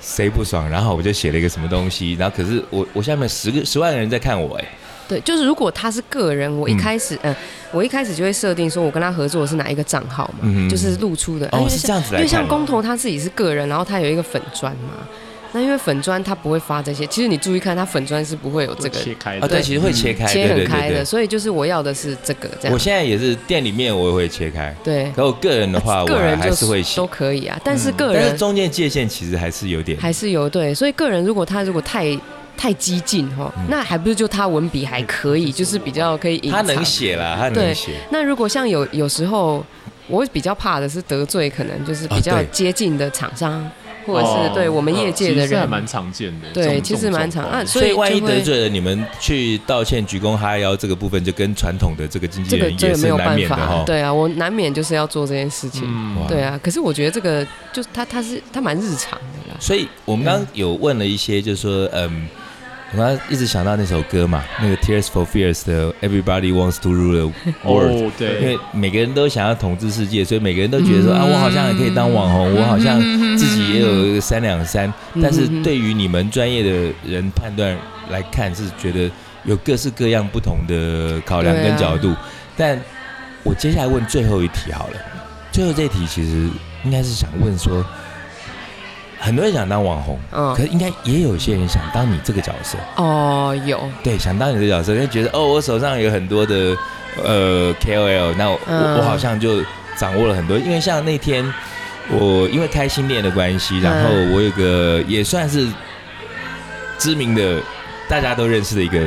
Speaker 2: 谁不爽，然后我就写了一个什么东西，然后可是我我下面十个十万人在看我，哎，
Speaker 3: 对，就是如果他是个人，我一
Speaker 2: 嗯
Speaker 3: 开始嗯、我一开始就会设定说我跟他合作的是哪一个账号嘛，
Speaker 2: 嗯
Speaker 3: 就是露出的。啊
Speaker 2: 哦
Speaker 3: 因为
Speaker 2: 是
Speaker 3: 像
Speaker 2: 这样子来
Speaker 3: 因为像
Speaker 2: 看的哦
Speaker 3: 工头他自己是个人，然后他有一个粉砖嘛。那因为粉砖他不会发这些，其实你注意看，他粉砖是不会有这个
Speaker 4: 切开
Speaker 2: 啊，
Speaker 4: 的，
Speaker 2: 对，其实会切开，
Speaker 3: 切
Speaker 2: 对
Speaker 3: 很
Speaker 2: 对
Speaker 3: 开
Speaker 2: 对
Speaker 3: 的，
Speaker 2: 对
Speaker 3: 所以就是我要的是这个这
Speaker 2: 我
Speaker 3: 样。
Speaker 2: 现在也是店里面我也会切开，
Speaker 3: 对，
Speaker 2: 可我个人的话，我
Speaker 3: 个
Speaker 2: 还
Speaker 3: 人
Speaker 2: 还
Speaker 3: 就是
Speaker 2: 会写嗯
Speaker 3: 都，可以啊，但是个
Speaker 2: 但是
Speaker 3: 人
Speaker 2: 中间界限其实还是有点，
Speaker 3: 还是有对，所以个人如果他如果太太激进哈，
Speaker 2: 嗯
Speaker 3: 那还不是就他文笔还可以，就是比较可以隐
Speaker 2: 他
Speaker 3: 藏。
Speaker 2: 能写啦，他能
Speaker 3: 对
Speaker 2: 写，
Speaker 3: 那如果像有有时候，我比较怕的是得罪，可能就是比
Speaker 2: 啊
Speaker 3: 较
Speaker 2: 对
Speaker 3: 接近的厂商，或者
Speaker 4: 哦
Speaker 3: 是对我们业界的
Speaker 4: 其实还
Speaker 3: 人，
Speaker 4: 蛮常见的。这
Speaker 3: 对，
Speaker 4: 种
Speaker 3: 其实蛮
Speaker 4: 这
Speaker 3: 常
Speaker 4: 种状
Speaker 3: 啊，
Speaker 4: 况嗯
Speaker 2: 所以
Speaker 3: 就
Speaker 2: 万一得
Speaker 3: 会
Speaker 2: 罪了，你们去道歉、鞠躬、哈腰这个部分，就跟传统的这个经纪
Speaker 3: 这个
Speaker 2: 人
Speaker 3: 这
Speaker 2: 也
Speaker 3: 个没
Speaker 2: 是
Speaker 3: 有
Speaker 2: 难
Speaker 3: 办
Speaker 2: 免的哈
Speaker 3: 法，。对啊，我难免就是要做这件事情，
Speaker 4: 嗯
Speaker 2: 哇
Speaker 3: 对啊。可是我觉得这个就是他他是他蛮日常的啦，
Speaker 2: 所以我们刚刚有问了一些，就是说，嗯，我刚刚一直想到那首歌嘛，那个 Tears for Fears 的 Everybody Wants to Rule the World，、
Speaker 4: 哦，对，
Speaker 2: 因为每个人都想要统治世界，所以每个人都觉得说、
Speaker 3: 嗯
Speaker 2: 啊，我好像也可以当网红，我好像自己也
Speaker 3: 嗯
Speaker 2: 有三两三。
Speaker 3: 啊
Speaker 2: 但是对于你们专业的人判断来看，是觉得有各式各样不同的考量
Speaker 3: 对
Speaker 2: 跟
Speaker 3: 啊
Speaker 2: 角度。但我接下来问最后一题好了，最后这一题其实应该是想问说，很多人想当网红，
Speaker 3: 嗯
Speaker 2: 可是应该也有些人想当你这个角色。
Speaker 3: 哦有。
Speaker 2: 对，想当你的角色，就觉得哦，我手上有很多的呃 KOL，那我、
Speaker 3: 嗯
Speaker 2: 我好像就掌握了很多。因为像那天我因为开新店的关系，然后我有个也算是知名的，大家都认识的一个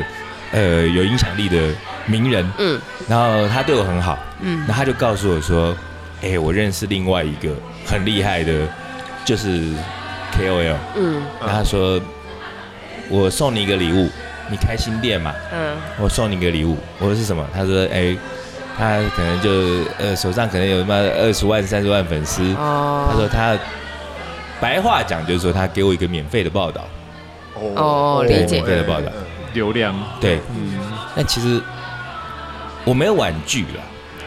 Speaker 2: 呃有影响力的名人，
Speaker 3: 嗯
Speaker 2: 然后他对我很好，
Speaker 3: 嗯
Speaker 2: 然后他就告诉我说，哎、我认识另外一个很厉害的，就是 KOL，
Speaker 3: 嗯
Speaker 1: 啊
Speaker 2: 然后他说我送你一个礼物，你开新店嘛。
Speaker 3: 嗯
Speaker 2: 我送你一个礼物。我说是什么？他说，哎、他可能就呃手上可能有他妈二十万、三十万粉丝。
Speaker 3: 哦
Speaker 2: 他说他白话讲就是说他给我一个免费的报道，
Speaker 3: 哦理解
Speaker 2: 对的报道
Speaker 4: 流量，
Speaker 2: 对。
Speaker 4: 嗯，
Speaker 2: 但其实我没有婉拒了，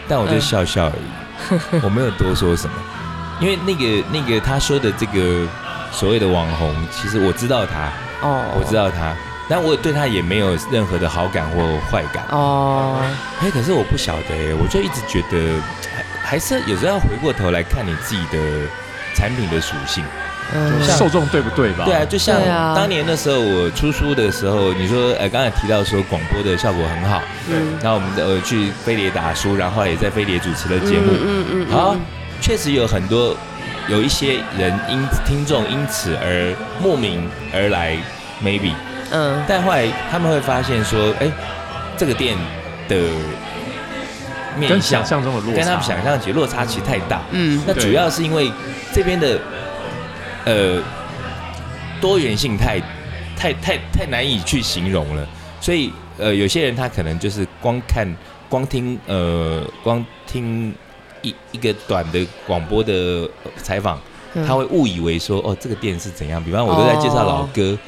Speaker 2: 但我就
Speaker 3: 嗯
Speaker 2: 笑笑而已，我没有多说什么，因为那个那个他说的这个所谓的网红，其实我知道他，
Speaker 3: 哦，
Speaker 2: 我知道他，但我对他也没有任何的好感或坏感。
Speaker 3: 哦，
Speaker 2: 哎、可是我不晓得哎，我就一直觉得，还还是有时候要回过头来看你自己的产品的属性。
Speaker 3: 嗯
Speaker 4: 受众对不对吧？
Speaker 2: 对啊，就像
Speaker 3: 对啊
Speaker 2: 当年那时候我出书的时候，你说呃刚才提到说广播的效果很好，
Speaker 3: 嗯
Speaker 2: 那我们的呃去飞碟打书，然后也在飞碟主持了节目，
Speaker 3: 嗯嗯
Speaker 2: 好，确实有很多有一些人因听众因此而慕名而来，maybe，
Speaker 3: 嗯
Speaker 2: 但后来他们会发现说，哎，这个店的面
Speaker 4: 跟
Speaker 2: 向
Speaker 4: 想象中的落差，
Speaker 2: 跟他们想象其实落差其实太大，
Speaker 3: 嗯
Speaker 2: 那主要是因为这边的呃多元性太太太太难以去形容了，所以呃有些人他可能就是光看光听呃光听一一个短的广播的呃采访，
Speaker 3: 嗯，
Speaker 2: 他会误以为说哦这个店是怎样，比方我都在介绍老歌。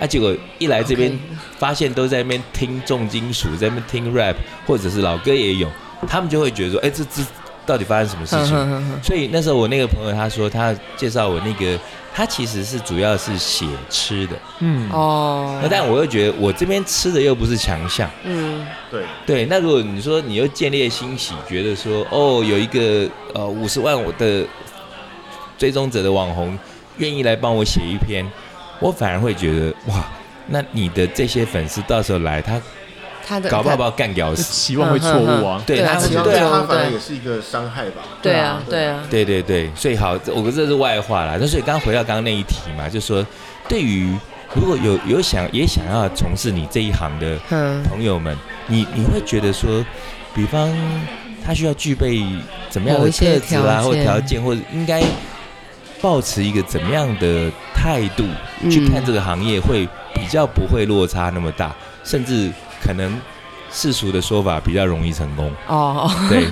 Speaker 2: 啊，结果一来这边
Speaker 3: OK
Speaker 2: 发现都在那边听重金属，在那边听 rap，或者是老歌也有，他们就会觉得说，哎、这这到底发生什么事
Speaker 3: 哼
Speaker 2: 情？
Speaker 3: 哼哼哼
Speaker 2: 所以那时候我那个朋友他说，他介绍我那个，他其实是主要是写吃的，
Speaker 4: 嗯，
Speaker 3: 哦
Speaker 2: 那，但我又觉得我这边吃的又不是强项，
Speaker 3: 嗯
Speaker 1: 对，
Speaker 2: 对。啊那如果你说你又建立欣喜，觉得说哦有一个呃五十万我的追踪者的网红愿意来帮我写一篇，我反而会觉得哇，那你的这些粉丝到时候来，他
Speaker 3: 他的
Speaker 2: 搞不好把我干掉
Speaker 4: 这
Speaker 3: *laughs*
Speaker 2: 死。
Speaker 4: 期望会错误啊。
Speaker 2: 对
Speaker 3: 啊，
Speaker 2: 他
Speaker 3: 其
Speaker 2: 是
Speaker 3: 实
Speaker 2: 对
Speaker 1: 他
Speaker 3: 啊，
Speaker 1: 反而
Speaker 3: 对
Speaker 1: 也是一个伤害吧。
Speaker 3: 对啊，对啊，
Speaker 2: 对对对，所以好，这我这是外话啦。那所以刚回到刚刚那一题嘛，就说对于如果有有想也想要从事你这一行的
Speaker 3: 嗯
Speaker 2: 朋友们，你你会觉得说，比方他需要具备怎么样
Speaker 3: 某
Speaker 2: 的
Speaker 3: 一些
Speaker 2: 特质
Speaker 3: 条件
Speaker 2: 啊，或条件，或者应该保持一个怎么样的态度
Speaker 3: 嗯
Speaker 2: 去看这个行业，会比较不会落差那么大，甚至可能世俗的说法比较容易成功。
Speaker 3: 哦， *laughs*
Speaker 2: 对，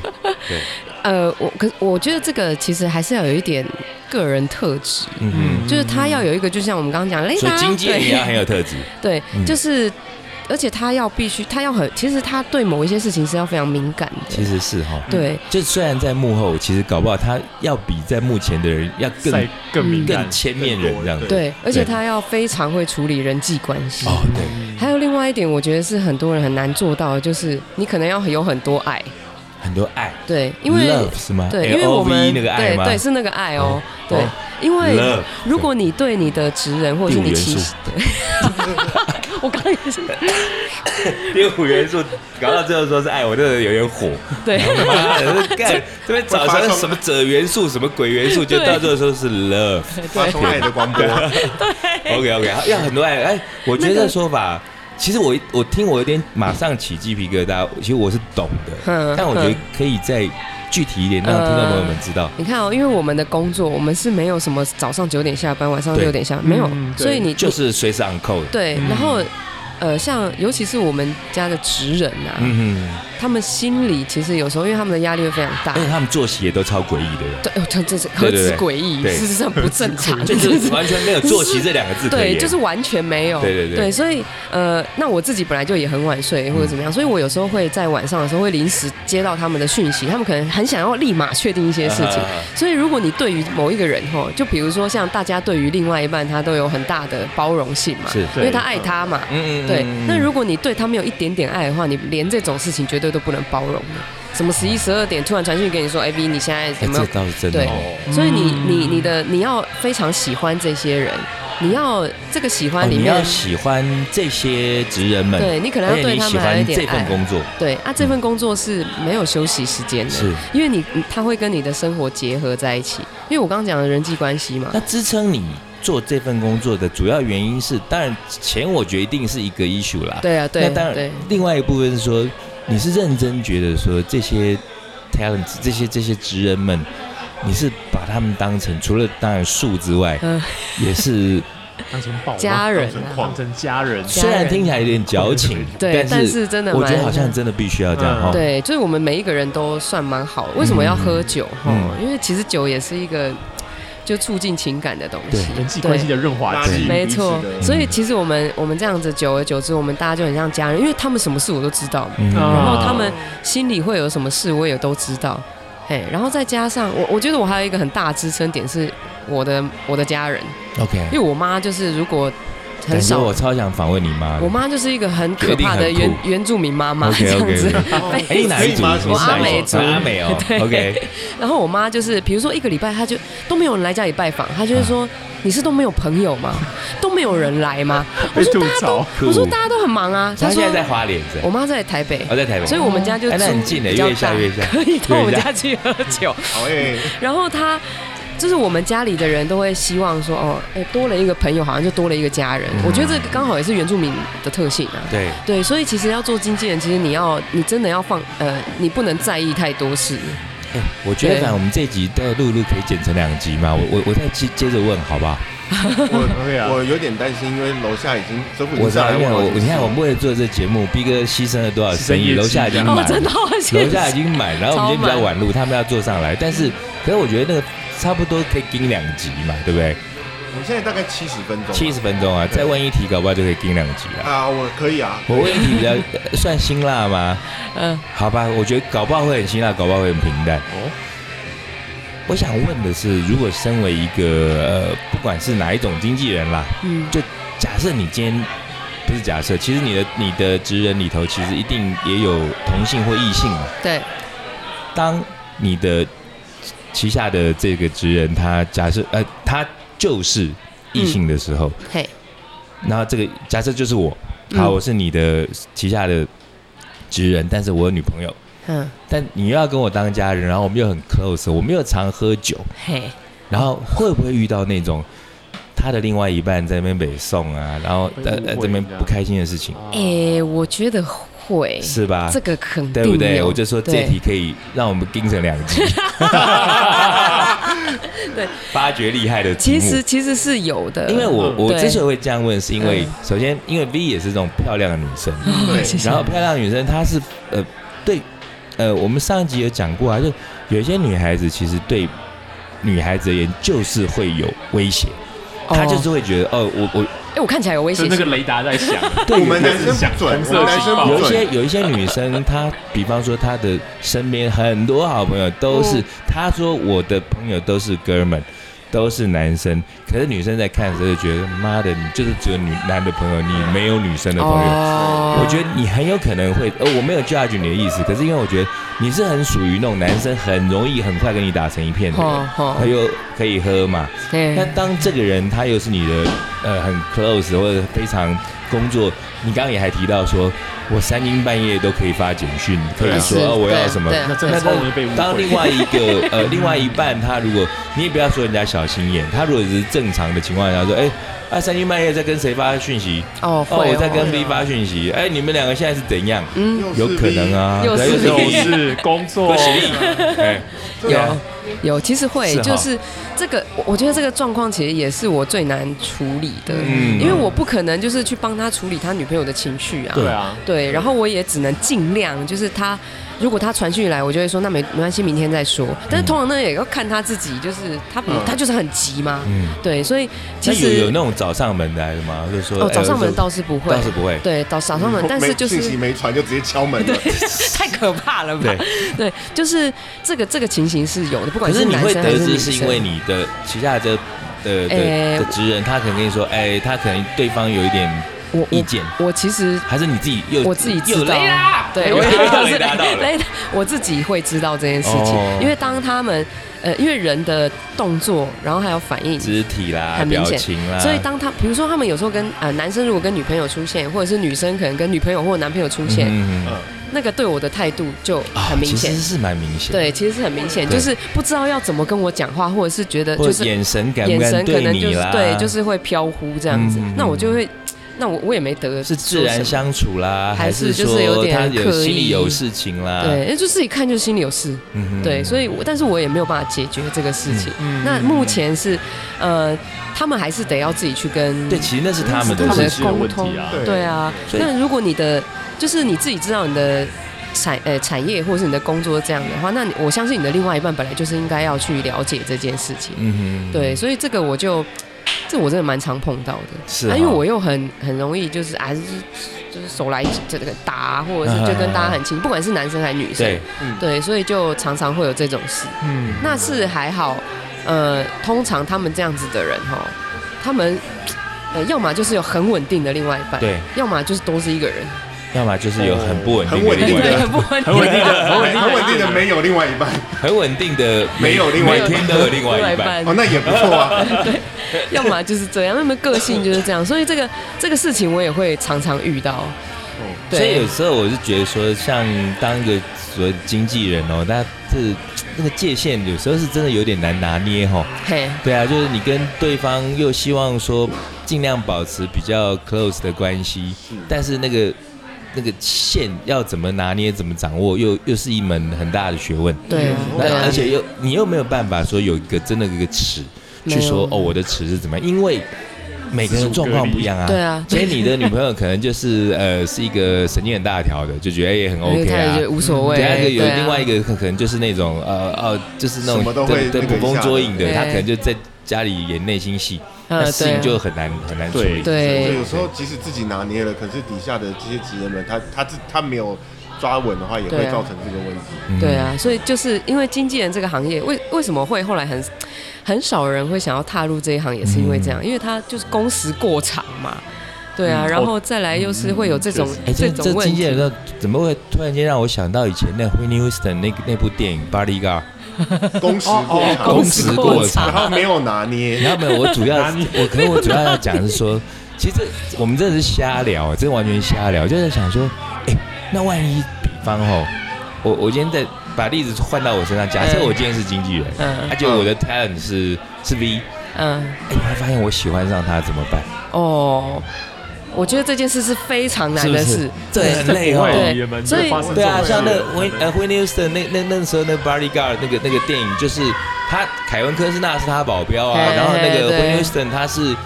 Speaker 3: 呃，我可我觉得这个其实还是要有一点个人特质，
Speaker 2: 嗯
Speaker 3: 就是他要有一个，就像我们刚刚讲
Speaker 2: 哼，所以
Speaker 3: ，Lisa，
Speaker 2: 经纪人也要很有特质。
Speaker 3: 哎 *laughs* 对，对，
Speaker 2: 嗯
Speaker 3: 就是。而且他要必须，他要很，其实他对某一些事情是要非常敏感的
Speaker 2: 其，实是哈，
Speaker 3: 对，
Speaker 2: 就虽然在幕后，其实搞不好他要比在幕前的人要
Speaker 4: 再
Speaker 2: 更
Speaker 4: 更敏
Speaker 3: 嗯
Speaker 4: 感
Speaker 2: 更，前面人这样子。
Speaker 3: 对，而且他要非常会处理人际关系。
Speaker 2: 哦，对，
Speaker 3: 还有另外一点，我觉得是很多人很难做到的，就是你可能要有很多爱，
Speaker 2: 很多爱，
Speaker 3: 对，因为
Speaker 2: love 是吗？
Speaker 3: 对，
Speaker 2: L
Speaker 3: 因为
Speaker 2: O
Speaker 3: 我
Speaker 2: V E
Speaker 3: 们
Speaker 2: 那个爱
Speaker 3: 对
Speaker 2: 吗？
Speaker 3: 对是那个爱哦，对
Speaker 2: 哦，
Speaker 3: 因为
Speaker 2: Love，
Speaker 3: 如果你对你的职人或者是
Speaker 2: 第五
Speaker 3: 你
Speaker 2: 元
Speaker 3: 其
Speaker 2: 素
Speaker 3: 实，我刚刚也
Speaker 2: *laughs*
Speaker 3: 是
Speaker 2: 第五元素搞到最后说是爱，我真的有
Speaker 3: *laughs*
Speaker 2: 点火。
Speaker 3: 对，
Speaker 2: 妈的，干这边找成什么者元素、什么鬼元素，就
Speaker 3: 对
Speaker 2: 到最后说是 love。
Speaker 3: *laughs*
Speaker 1: 发出爱的光波，
Speaker 2: OK OK，要很多爱。哎，我觉得这个说法，其实我一我听我有点马上起鸡皮疙瘩，其实我是懂的
Speaker 3: 嗯，
Speaker 2: *laughs* 但我觉得可以再具体一点，让听众朋友们知道。
Speaker 3: 你看哦，因为我们的工作，我们是没有什么早上九点下班，晚上
Speaker 2: 对
Speaker 3: 六点下班，没有
Speaker 4: 嗯，对
Speaker 3: 所以你
Speaker 2: 就是嗯随时 on call 的。
Speaker 3: 呃对，然后。呃，像尤其是我们家的职人啊，
Speaker 2: 嗯哼。
Speaker 3: 他们心里其实有时候，因为他们的压力会非常大
Speaker 2: 而，且他们作息也都超诡异的人，
Speaker 3: 对，哦这这是何
Speaker 2: 对
Speaker 3: 止
Speaker 2: 对
Speaker 3: 诡异，
Speaker 2: 对
Speaker 3: 事实上不正常，
Speaker 2: *laughs* 就是完全没有作息这两个字可
Speaker 3: 对，
Speaker 2: 言。
Speaker 3: 就是完全没有。
Speaker 2: 对对嗯对
Speaker 3: 所以呃，那我自己本来就也很晚睡或者怎么样，所以我有时候会在晚上的时候会临时接到他们的讯息，他们可能很想要立马确定一些事情。
Speaker 2: 啊
Speaker 3: 所以如果你对于某一个人吼，就比如说像大家对于另外一半，他都有很大的包容性嘛，
Speaker 2: 是
Speaker 3: 因为他
Speaker 4: 对
Speaker 3: 爱他嘛。
Speaker 2: 嗯嗯
Speaker 3: 对，那如
Speaker 2: 果
Speaker 3: 果你对他没有一点点爱的话，你连这种事情绝对都不能包容的。什么十一、十二点突然传讯给你说，哎、v 你现在有没有
Speaker 2: 这倒是真的
Speaker 3: 对
Speaker 2: 哦。
Speaker 3: 所以你
Speaker 4: 嗯
Speaker 3: 你你的你要非常喜欢这些人，你要这个喜欢里
Speaker 2: 哦你
Speaker 3: 面，
Speaker 2: 要喜欢这些职人们，
Speaker 3: 对你可能要
Speaker 2: 而且
Speaker 3: 对
Speaker 2: 你
Speaker 3: 他
Speaker 2: 喜
Speaker 3: 们还有
Speaker 2: 欢
Speaker 3: 一
Speaker 2: 这
Speaker 3: 点
Speaker 2: 份
Speaker 3: 爱。
Speaker 2: 工作，
Speaker 3: 对啊，这份工作是没有休息时间的，
Speaker 2: 是
Speaker 3: 因为你你它会跟你的生活结合在一起。因为我刚刚讲的人际关系嘛，
Speaker 2: 那支撑你做这份工作的主要原因是，当然钱我决定是一个 issue 啦，
Speaker 3: 对啊，对
Speaker 2: 那当
Speaker 3: 对
Speaker 2: 然，另外一部分是说，你是认真觉得说这些 talent，这些这些职人们，你是把他们当成除了当然树之外，
Speaker 3: 嗯
Speaker 2: 也
Speaker 3: *laughs*
Speaker 2: 是
Speaker 4: 当成宝妈
Speaker 3: 家人
Speaker 1: 当成
Speaker 3: 啊
Speaker 1: 矿，
Speaker 4: 当成家人，
Speaker 3: 家
Speaker 2: 虽然听起来有点矫情，
Speaker 3: 对，但
Speaker 2: 但是
Speaker 3: 是真的蛮，
Speaker 2: 我觉得好像真的必须要这样
Speaker 4: 嗯
Speaker 2: 哈。
Speaker 3: 对，就是我们每一个人都算蛮好。为什么要喝酒？哈、
Speaker 2: 嗯
Speaker 3: 因为其实酒也是一个就促进情感的东西，
Speaker 2: 对
Speaker 4: 人际
Speaker 3: 对
Speaker 4: 关系的润滑
Speaker 1: 垃圾彼
Speaker 4: 剂，
Speaker 1: 此的
Speaker 3: 没错，所以
Speaker 2: 嗯
Speaker 3: 其实我们我们这样子，久而久之，我们大家就很像家人，因为他们什么事我都知道，
Speaker 2: 嗯
Speaker 3: 然后
Speaker 4: 啊
Speaker 3: 他们心里会有什么事我也都知道，哎，然后再加上我，我觉得我还有一个很大的支撑点是，我的我的家人，
Speaker 2: OK，
Speaker 3: 因为我妈就是如果很
Speaker 2: 感觉
Speaker 3: 少，
Speaker 2: 我超想访问你妈的。
Speaker 3: 我妈就是一个很可
Speaker 2: 决定
Speaker 3: 怕
Speaker 2: 很
Speaker 3: 的原
Speaker 2: 酷
Speaker 3: 原住民妈妈
Speaker 2: OK，OK，
Speaker 3: 这样子 *laughs*
Speaker 2: OK，OK
Speaker 1: 哦
Speaker 2: 哎，你哪一组？
Speaker 1: 所以妈
Speaker 2: 你
Speaker 1: 我
Speaker 2: 是
Speaker 3: 阿
Speaker 2: 哪一
Speaker 3: 美
Speaker 2: 组
Speaker 3: 族
Speaker 2: 啊阿美哦
Speaker 3: 对
Speaker 2: ，OK，
Speaker 3: 然后我妈就是，比如说一个礼拜，她就都没有人来家里拜访，她就会
Speaker 2: 啊
Speaker 3: 说：“你是都没有朋友吗？都没有人来吗？”我
Speaker 4: *laughs* 被
Speaker 3: 说
Speaker 4: 吐
Speaker 3: 大家
Speaker 4: 槽
Speaker 3: 都，我说大家都很忙啊。她
Speaker 2: 她
Speaker 3: 说
Speaker 2: 现在在花莲是：“
Speaker 3: 我妈在台北，
Speaker 2: 我在台北，
Speaker 3: 所以我们家就
Speaker 2: 哎那很
Speaker 3: 住
Speaker 2: 近的，
Speaker 3: 比较
Speaker 2: 约一下
Speaker 3: 大
Speaker 2: 约一下
Speaker 3: 可以到我们
Speaker 2: 约一下
Speaker 3: 家去喝
Speaker 2: *laughs*
Speaker 3: 酒。
Speaker 1: 好诶，
Speaker 3: 然后她就是我们家里的人都会希望说：“哦，哎，多了一个朋友，好像就多了一个家
Speaker 2: 嗯
Speaker 3: 人。”我觉得这个刚好也是原住民的特性啊。
Speaker 2: 对，
Speaker 3: 对，所以其实要做经纪人，其实你要你真的要放呃，你不能在意太多事。
Speaker 2: 哎我觉得
Speaker 3: 对
Speaker 2: 反正我们这一集的录一录可以剪成两集嘛，我我我再接接着问好不好？
Speaker 1: 我
Speaker 4: 对
Speaker 2: *laughs*
Speaker 4: 啊，
Speaker 1: 我有点担心，因为楼下已经师傅已经
Speaker 2: 我知
Speaker 1: 上
Speaker 2: 道，
Speaker 1: 来
Speaker 2: 因为
Speaker 1: 问
Speaker 2: 我
Speaker 1: 我
Speaker 2: 你看我们为了做这节目，逼哥牺牲了多少生意，
Speaker 4: 牺牲业绩
Speaker 2: 楼下已经
Speaker 4: 哦
Speaker 2: 满
Speaker 3: 哦，
Speaker 2: 了
Speaker 3: 真，的好谢
Speaker 2: 楼
Speaker 3: 谢
Speaker 2: 下已经满，然后我们今天比较晚录，他们要坐上来，但是可是我觉得那个差不多可以盯两集嘛，对不对？
Speaker 1: 我现在大概七十分钟，
Speaker 2: 七十分钟啊，再问一题搞不好就可以盯两集了。
Speaker 1: 啊，我可以啊，
Speaker 2: 我问一题比较呃算辛辣吗？
Speaker 3: 嗯，
Speaker 2: 好吧，我觉得搞不好会很辛辣，搞不好会很平淡。
Speaker 1: 哦，
Speaker 2: 我想问的是，如果身为一个呃，不管是哪一种经纪人啦，
Speaker 3: 嗯
Speaker 2: 就假设你今天不是假设，其实你的你的职人里头，其实一定也有同性或异性嘛。
Speaker 3: 对，
Speaker 2: 当你的旗下的这个职人，他假设呃，他就是异性的时候，
Speaker 4: 嗯
Speaker 3: 嘿，
Speaker 2: 那这个假设就是我，好，
Speaker 3: 嗯
Speaker 2: 我是你的旗下的职人，但是我有女朋友，
Speaker 3: 嗯，
Speaker 2: 但你又要跟我当家人，然后我们又很 close，我们又常喝酒，
Speaker 3: 嘿，
Speaker 2: 然后会不会遇到那种他的另外一半在那边北送啊，然后呃
Speaker 4: 会
Speaker 2: 呃
Speaker 4: 误会
Speaker 2: 这边
Speaker 4: 这样
Speaker 2: 不开心的事情，
Speaker 3: 诶，哎我觉得会，
Speaker 2: 是吧？
Speaker 3: 这个肯定
Speaker 2: 对不对？
Speaker 3: 有
Speaker 2: 我就说这
Speaker 3: 对
Speaker 2: 题可以让我们盯成两集，
Speaker 3: 对，
Speaker 2: 发掘厉害的 *laughs* 题
Speaker 3: *laughs*
Speaker 2: 目
Speaker 3: 其实其实是有的，
Speaker 2: 因为我我
Speaker 3: 对
Speaker 2: 之所以会这样问，是因为
Speaker 3: 嗯
Speaker 2: 首先因为 V 也是这种漂亮的女生，
Speaker 1: 对
Speaker 3: 谢谢
Speaker 2: 然后漂亮的女生她是呃对呃我们上一集有讲过啊，就有一些女孩子其实对女孩子而言就是会有威胁，她
Speaker 3: 哦
Speaker 2: 就是会觉得哦我我
Speaker 3: 哎，我看起来有危
Speaker 4: 就
Speaker 3: 险
Speaker 4: 那
Speaker 3: 性
Speaker 4: 个，雷达在
Speaker 3: *laughs*
Speaker 4: 响，
Speaker 2: 对
Speaker 1: 我们男生
Speaker 4: 想
Speaker 1: 不准，
Speaker 4: 红
Speaker 1: 我
Speaker 4: 色
Speaker 1: 们男生
Speaker 4: 情
Speaker 1: 不
Speaker 4: 报
Speaker 2: 有一些
Speaker 1: 准，
Speaker 2: 有一些女生，她比方说她的身边很多好朋友都是
Speaker 3: 嗯，
Speaker 2: 她说我的朋友都是哥们，都是男生，可是女生在看的时候就觉得，妈的，你就是只有女男的朋友，你没有女生的朋友。
Speaker 3: 哦
Speaker 2: 我觉得你很有可能会，呃，我没有 judge 你的意思，可是因为我觉得你是很属于那种男生很容易很快跟你哎打成一片的人
Speaker 3: 哦，哦
Speaker 2: 他又可以喝嘛，那
Speaker 3: 对，
Speaker 2: 当这个人他又是你的呃很 close 或者非常工作，你刚刚也还提到说，我三更半夜都可以发简讯，可以说
Speaker 3: 是
Speaker 2: 哦我要什么。
Speaker 3: 对
Speaker 4: 那真的超容易被误会。
Speaker 2: 当另外一个呃另外一半他如果你也不要说人家小心眼，他如果只是正常的情况下说，哎、啊三更半夜在跟谁发讯息？
Speaker 3: 哦
Speaker 2: 哦，
Speaker 3: 会
Speaker 2: 我在跟
Speaker 3: 会
Speaker 2: V 发讯息，哎、你们两个现在是怎样？
Speaker 3: 嗯，
Speaker 2: 有可能啊，
Speaker 3: 又是
Speaker 2: 对
Speaker 3: 另
Speaker 2: 又
Speaker 4: 就是
Speaker 2: 你
Speaker 4: 是工作
Speaker 2: 不，行，
Speaker 3: 嗯
Speaker 2: 哎，
Speaker 1: 对
Speaker 2: 有
Speaker 1: 啊，
Speaker 3: 有其实会
Speaker 2: 是，哈
Speaker 3: 就是这个，我我觉得这个状况其实也是我最难处理的，
Speaker 2: 嗯
Speaker 3: 因为我不可能就是去帮他处理他女朋友的情绪啊，
Speaker 4: 对啊，
Speaker 3: 对，然后我也只能尽量，就是他如果他传讯来，我就会说那没没关系，明天再说。但是
Speaker 2: 嗯
Speaker 3: 通常呢，也要看他自己，就是他不、
Speaker 1: 嗯
Speaker 3: 他就是很急嘛，
Speaker 2: 嗯，
Speaker 3: 对，所以其
Speaker 2: 那有有
Speaker 3: 实
Speaker 2: 那种找上门的还是吗？就是说
Speaker 3: 哦
Speaker 2: 哎
Speaker 3: 早上
Speaker 2: 我
Speaker 3: 门
Speaker 2: 说
Speaker 3: 倒是不会
Speaker 2: 倒，是不会，嗯
Speaker 3: 对，早早上门，但是就
Speaker 1: 没信息
Speaker 3: 是
Speaker 1: 没传就直接敲门了，
Speaker 3: *laughs* 太可怕了吧？对，就是这个这个情形是有的，不
Speaker 2: 可
Speaker 3: 管
Speaker 2: 是你
Speaker 3: 男
Speaker 2: 会
Speaker 3: 生还
Speaker 2: 得
Speaker 3: 女
Speaker 2: 知是因为
Speaker 3: 生。
Speaker 2: 你的旗下的的的
Speaker 3: 哎
Speaker 2: 的职人，他可能跟你说，哎，他可能对方有一点
Speaker 3: 我
Speaker 2: 意见，
Speaker 3: 我我其实
Speaker 2: 还是你自己又
Speaker 3: 我自己知
Speaker 2: 又
Speaker 3: 道啊
Speaker 2: 雷哎啦，，
Speaker 3: 对，
Speaker 2: 又
Speaker 3: 我
Speaker 2: 又雷
Speaker 3: 雷
Speaker 2: 达到了，
Speaker 3: *laughs* 雷达我自己会知道这件事
Speaker 2: 哦
Speaker 3: 情，因为当他们呃，因为人的动作，然后还有反应，
Speaker 2: 肢体啦，
Speaker 3: 很明
Speaker 2: 表
Speaker 3: 显
Speaker 2: 情啦，
Speaker 3: 所以当他比如说他们有时候跟呃男生如果跟女朋友出现，或者是女生可能跟女朋友或者男朋友出现，
Speaker 2: 嗯啊
Speaker 1: 嗯
Speaker 3: 那个对我的态度就呃很明显。
Speaker 2: 其实是蛮明显，，
Speaker 3: 对，其实是很明显，
Speaker 2: 对
Speaker 3: 就是不知道要怎么跟我讲话，或者是觉得
Speaker 2: 或
Speaker 3: 就
Speaker 2: 者
Speaker 3: 是
Speaker 2: 眼神敢不
Speaker 3: 眼
Speaker 2: 敢
Speaker 3: 神可
Speaker 2: 对
Speaker 3: 能就
Speaker 2: 你
Speaker 3: 是
Speaker 2: 啦，
Speaker 3: 对，就是会飘忽这样子
Speaker 2: 嗯嗯嗯。
Speaker 3: 那我就会，那我我也没得
Speaker 2: 是自然
Speaker 3: 说什么
Speaker 2: 相处啦，
Speaker 3: 还
Speaker 2: 是
Speaker 3: 是
Speaker 2: 说
Speaker 3: 就是有点
Speaker 2: 他有
Speaker 3: 刻意
Speaker 2: 心里有事情啦，
Speaker 3: 对，因为就自己看就心里有事。
Speaker 2: 嗯哼，
Speaker 3: 对，所以我但是我也没有办法解决这个事情。
Speaker 4: 嗯
Speaker 3: 那目前是，呃，他们还是得要自己去跟
Speaker 2: 对，其实那是他们的
Speaker 4: 他
Speaker 3: 们
Speaker 4: 们
Speaker 2: 事
Speaker 3: 的
Speaker 2: 情，
Speaker 4: 是有问题啊
Speaker 1: 对，
Speaker 3: 对啊
Speaker 2: 所。以
Speaker 3: 那如果你的就是你自己知道你的产呃产业或者是你的工作这样的话，那你我相信你的另外一半本来就是应该要去了解这件事情。
Speaker 2: 嗯哼，
Speaker 3: 对，所以这个我就这我真的蛮常碰到的。
Speaker 2: 是
Speaker 3: 啊，
Speaker 2: 哈
Speaker 3: 因为我又很很容易就是啊，就是就是手来这个打啊，或者是就跟大家很亲，不管是男生还是女生，
Speaker 2: 对，
Speaker 1: 嗯，
Speaker 3: 对，所以就常常会有这种事。
Speaker 4: 嗯，
Speaker 3: 那是还好，呃，通常他们这样子的人哈，他们呃，要么就是有很稳定的另外一半，
Speaker 2: 对，
Speaker 3: 要么就是都是一个人，
Speaker 2: 要么就是有很不稳定
Speaker 1: 很
Speaker 2: 的
Speaker 1: 稳定
Speaker 2: 另
Speaker 1: 的
Speaker 2: 外
Speaker 3: 对，
Speaker 2: 一半，
Speaker 3: 很不稳
Speaker 4: 很稳
Speaker 3: 定
Speaker 4: 定的，很稳定
Speaker 1: 很稳
Speaker 4: 的，
Speaker 1: 定的没有另外一半
Speaker 2: 很稳定的，
Speaker 1: 没有另外一
Speaker 2: 每
Speaker 1: 半
Speaker 2: 天都有另外一半。
Speaker 1: 哦，那也不错啊。
Speaker 3: *laughs* 要么就是这样，那么个性就是这样，所以这个这个事情我也会常常遇到。
Speaker 2: 哦所以
Speaker 3: 对
Speaker 2: 有，时候我是觉得说，像当一个所谓经纪人哦，那这那个界限有时候是真的有点难拿捏哦。
Speaker 3: 嘿，
Speaker 2: 对啊，就是你跟对方又希望说尽量保持比较 close 的关系，但是那个那个线要怎么拿捏、怎么掌握，又又是一门很大的学问。
Speaker 3: 对啊，
Speaker 2: 嗯那
Speaker 3: 对啊
Speaker 2: 而，且又你又没有办法说有一个真的一个尺去说
Speaker 3: 没
Speaker 2: 哦
Speaker 3: 有
Speaker 2: 我的尺是怎么样，因为每个人状况不一样啊。
Speaker 3: 对啊
Speaker 2: 所以你的女朋友可能就是呃是一个神经很大条的，就觉得也很
Speaker 3: 因为
Speaker 2: OK
Speaker 3: 他也
Speaker 2: 啊
Speaker 3: 觉得。无所谓。
Speaker 2: 第二个有
Speaker 3: 对啊
Speaker 2: 另外一个可可能就是那种呃呃就是那
Speaker 1: 什么
Speaker 2: 种
Speaker 1: 都会
Speaker 2: 对对
Speaker 1: 那个
Speaker 2: 捕
Speaker 1: 一下
Speaker 2: 风捉影的，
Speaker 3: 对
Speaker 2: 他可能就在家里演内心戏，
Speaker 3: 呃
Speaker 2: 那事情
Speaker 3: 对
Speaker 2: 就
Speaker 3: 啊
Speaker 2: 很难很难处理。
Speaker 1: 所
Speaker 3: 对
Speaker 1: 以有时候即使自己拿捏了，可是底下的这些职人们，他他自他没有抓稳的话，也会
Speaker 3: 对啊
Speaker 1: 造成这个问题。
Speaker 2: 嗯
Speaker 3: 对，啊，所以就是因为经纪人这个行业，为为什么会后来很很少人会想要踏入这一行，也是因为这
Speaker 2: 嗯
Speaker 3: 样，因为他就是工时过长嘛。对啊，
Speaker 4: 嗯
Speaker 2: 哦
Speaker 3: 然后再来又是会有这种、
Speaker 2: 哎，
Speaker 3: 这
Speaker 2: 这
Speaker 3: 种
Speaker 2: 这
Speaker 3: 问
Speaker 2: 经纪
Speaker 3: 题，
Speaker 2: 人怎么会突然间让我想到以前那 Whitney Houston 那那部电影《Bodyguard》，
Speaker 1: 工时过
Speaker 3: 哦
Speaker 1: 长，
Speaker 2: 工时过长
Speaker 1: 然后没有拿捏，
Speaker 2: 然后没有，我主要
Speaker 4: 哪里
Speaker 2: 我可能我主要要讲的是说，其实我们这是瞎聊，这完全瞎聊，就是想说，哎、那万一比方哦，我我今天在把例子换到我身上，假设
Speaker 3: 嗯
Speaker 2: 我今天是经纪人，
Speaker 3: 嗯
Speaker 2: 而且我的 talent 是是 V，
Speaker 3: 嗯，
Speaker 2: 哎、你会发现我喜欢上他怎么办？
Speaker 3: 哦，我觉得这件事是非常难的
Speaker 2: 是不
Speaker 3: 事
Speaker 2: 是，这很累
Speaker 4: 不
Speaker 2: 哦。
Speaker 4: 会，
Speaker 3: 对
Speaker 4: 也蛮
Speaker 3: 所以
Speaker 4: 发生
Speaker 2: 对啊，
Speaker 4: 这种
Speaker 2: 像那
Speaker 4: 事
Speaker 2: 个威呃 w i n n e s t o n 那那那时候那 Bodyguard 那个那个电影，就是他凯文科斯纳是他保镖啊，
Speaker 3: 嘿
Speaker 2: 然后那个 w
Speaker 3: 对
Speaker 2: i n n e s t o n 他是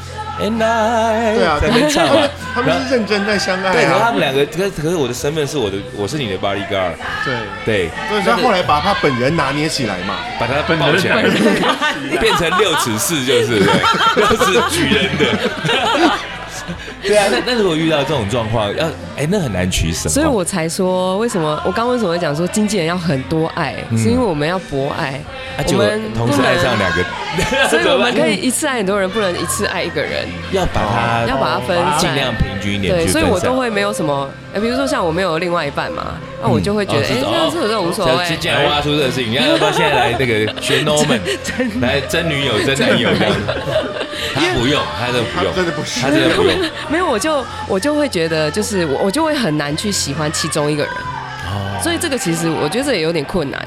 Speaker 2: And I
Speaker 1: 对啊，
Speaker 2: 在那边唱
Speaker 1: 他们，他
Speaker 2: 嘛然后
Speaker 1: 们是认真在相爱
Speaker 2: 对，可是他
Speaker 1: 啊。
Speaker 2: 们两个，可是可是我的身份是我的，我是你的 bodyguard，
Speaker 4: 对，
Speaker 2: 对，
Speaker 1: 所以他后来把他本人拿捏起来嘛，
Speaker 2: 把他抱起来，变成六尺四就是，对六尺举人的。
Speaker 3: 啊
Speaker 2: 对啊，那那如果遇到这种状况，要哎、那很难取舍哦。
Speaker 3: 所以我才说为什么我刚为什么会讲说经纪人要很多爱，
Speaker 2: 嗯
Speaker 3: 是因为我们要博爱，
Speaker 2: 啊，
Speaker 3: 我
Speaker 2: 结果
Speaker 3: 们
Speaker 2: 同时
Speaker 3: 不能
Speaker 2: 爱上两个，
Speaker 3: *laughs* 所以我们可以
Speaker 2: 怎么
Speaker 3: 一次爱很多人，不能一次爱一个人，
Speaker 2: 办 *laughs* 要把它
Speaker 3: 要把它分散
Speaker 2: 尽量平均一点
Speaker 3: 对，
Speaker 2: *laughs* 去
Speaker 3: 所
Speaker 2: 分散。
Speaker 3: 以我都会没有什么，哎、比如说像我没有另外一半嘛，
Speaker 2: 嗯
Speaker 3: 那、我就会
Speaker 2: 哦
Speaker 3: 觉得，哎、那这这无所谓。哎
Speaker 2: 既然挖出这个事情，你看要不要现在来那个
Speaker 3: *laughs*
Speaker 2: 学 Norman，来真女友、真男友这样子？他不用，他真的不
Speaker 1: 他
Speaker 2: 用，
Speaker 1: 真的不是
Speaker 2: 他。真的不用。
Speaker 3: *laughs* 没有，我就我就会觉得，就是我我就会很难去喜欢其中一个人，
Speaker 2: 哦嗯
Speaker 3: 所以这个其实我觉得这也有点困难。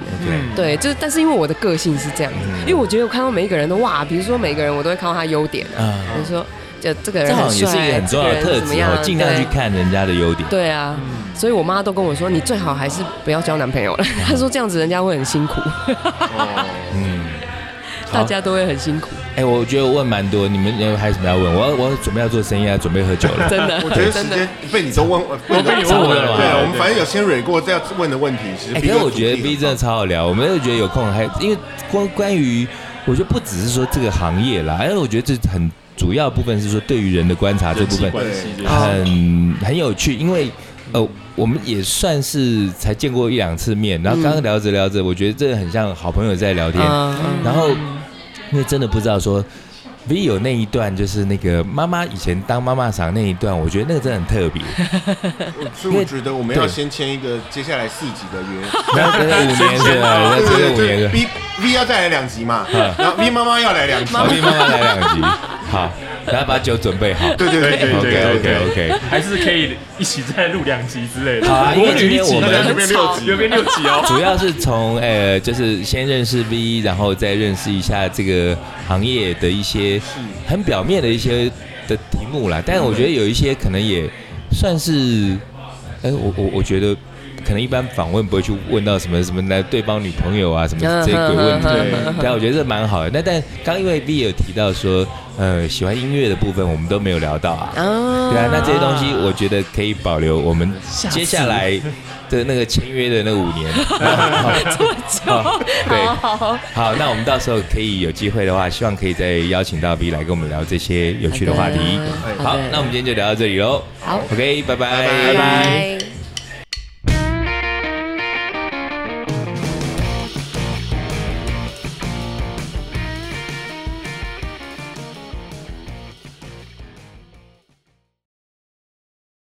Speaker 2: 对
Speaker 3: 对，就是但是因为我的个性是这样
Speaker 2: 嗯
Speaker 3: 子，因为我觉得我看到每一个人都哇，比如说每一个人我都会看到他优点啊，
Speaker 2: 啊。
Speaker 3: 比如说就这个
Speaker 2: 这
Speaker 3: 人
Speaker 2: 好
Speaker 3: 很
Speaker 2: 像也是一
Speaker 3: 帅
Speaker 2: 个很重要的
Speaker 3: 这个
Speaker 2: 特
Speaker 3: 人怎么
Speaker 2: 质
Speaker 3: 样
Speaker 2: 哦，尽量去
Speaker 3: 对
Speaker 2: 看嗯人家的优点。
Speaker 3: 对啊，所以我妈都跟我说，你最好还是不要交男朋友了。 *laughs* 她说这样子人家会很辛苦， *laughs*
Speaker 1: 哦，
Speaker 2: 嗯，好
Speaker 3: 大家都会很辛苦，
Speaker 2: 哎，我觉得我问蛮多，你们你们还有什么要问？我要我要准备要做生意，要准备喝酒
Speaker 3: *laughs*
Speaker 2: 了。
Speaker 3: 真
Speaker 2: *laughs*
Speaker 3: 的。
Speaker 1: 我觉得时
Speaker 3: 真的
Speaker 1: 间被你都问，被
Speaker 4: 我被你问
Speaker 2: 完了
Speaker 1: 对，我们
Speaker 4: 对
Speaker 1: 反正有先蕊过这样问的问题，其实
Speaker 2: 哎，
Speaker 1: B
Speaker 2: 可
Speaker 1: 哥
Speaker 2: 是我觉得
Speaker 1: 主
Speaker 2: B
Speaker 1: 题
Speaker 2: 真的超好聊，我们就觉得有空还因为关关于，我觉得不只是说这个行业啦，因为我觉得这很主要部分是说对于人的观察这
Speaker 4: 人
Speaker 2: 部
Speaker 4: 际
Speaker 2: 分
Speaker 4: 关系这件
Speaker 2: 哦啊
Speaker 4: 事
Speaker 2: 很很有趣，因为呃，我们也算是才见过一两次面，然后刚刚聊着聊着，我觉得这很像好朋友在聊天，
Speaker 3: 嗯，
Speaker 2: 然后因为真的不知道说。V 有那一段就是那个妈妈以前当妈妈桑那一段，我觉得那个真的很 *laughs* 特别。
Speaker 1: 所以我觉得我们要先签一个接下来四集的
Speaker 2: *laughs*
Speaker 1: 约。
Speaker 2: 然后等了五年是吧？那真的五年
Speaker 1: 对
Speaker 2: 了。
Speaker 1: ，V V 要再来两集
Speaker 2: *laughs*
Speaker 1: 嘛，然后 V 妈妈要来两集，
Speaker 2: 好，V 妈妈来两集。好，然后把酒准备好。
Speaker 1: 对对对对对
Speaker 2: ，OK
Speaker 1: 对
Speaker 2: OK OK。
Speaker 4: 还是可以一起再录两集之类的。
Speaker 2: 好啊因为
Speaker 4: 母女一
Speaker 2: 今
Speaker 4: 起，
Speaker 2: 天我们
Speaker 4: 这边六集，这边六集
Speaker 2: *laughs*
Speaker 4: 哦。
Speaker 2: 主要是从呃，就是先认识 V，然后再认识一下这个行业的一些很表面的一些的题目啦。但我觉得有一些可能也算是，哎、我我我觉得可能一般访问不会去问到什么什么来对方女朋友啊什么这些鬼问题。
Speaker 3: 嗯
Speaker 4: 对
Speaker 2: 对啊，我觉得这蛮好的。那但刚因为 V 有提到说，呃，喜欢音乐的部分我们都没有聊到啊。
Speaker 3: 啊
Speaker 2: 对啊，那这些东西我觉得可以保留我们接下来的那个签约的那五年。 *laughs* 好对
Speaker 3: 好好，
Speaker 2: *laughs* 好，那我们到时候可以有机会的话，希望可以再邀请到 V 来跟我们聊这些有趣的话题
Speaker 3: 好。的
Speaker 2: 好
Speaker 3: 好的，
Speaker 2: 那我们今天就聊到这里喽。
Speaker 3: 好
Speaker 2: ，OK，拜拜，
Speaker 1: 拜
Speaker 3: 拜拜。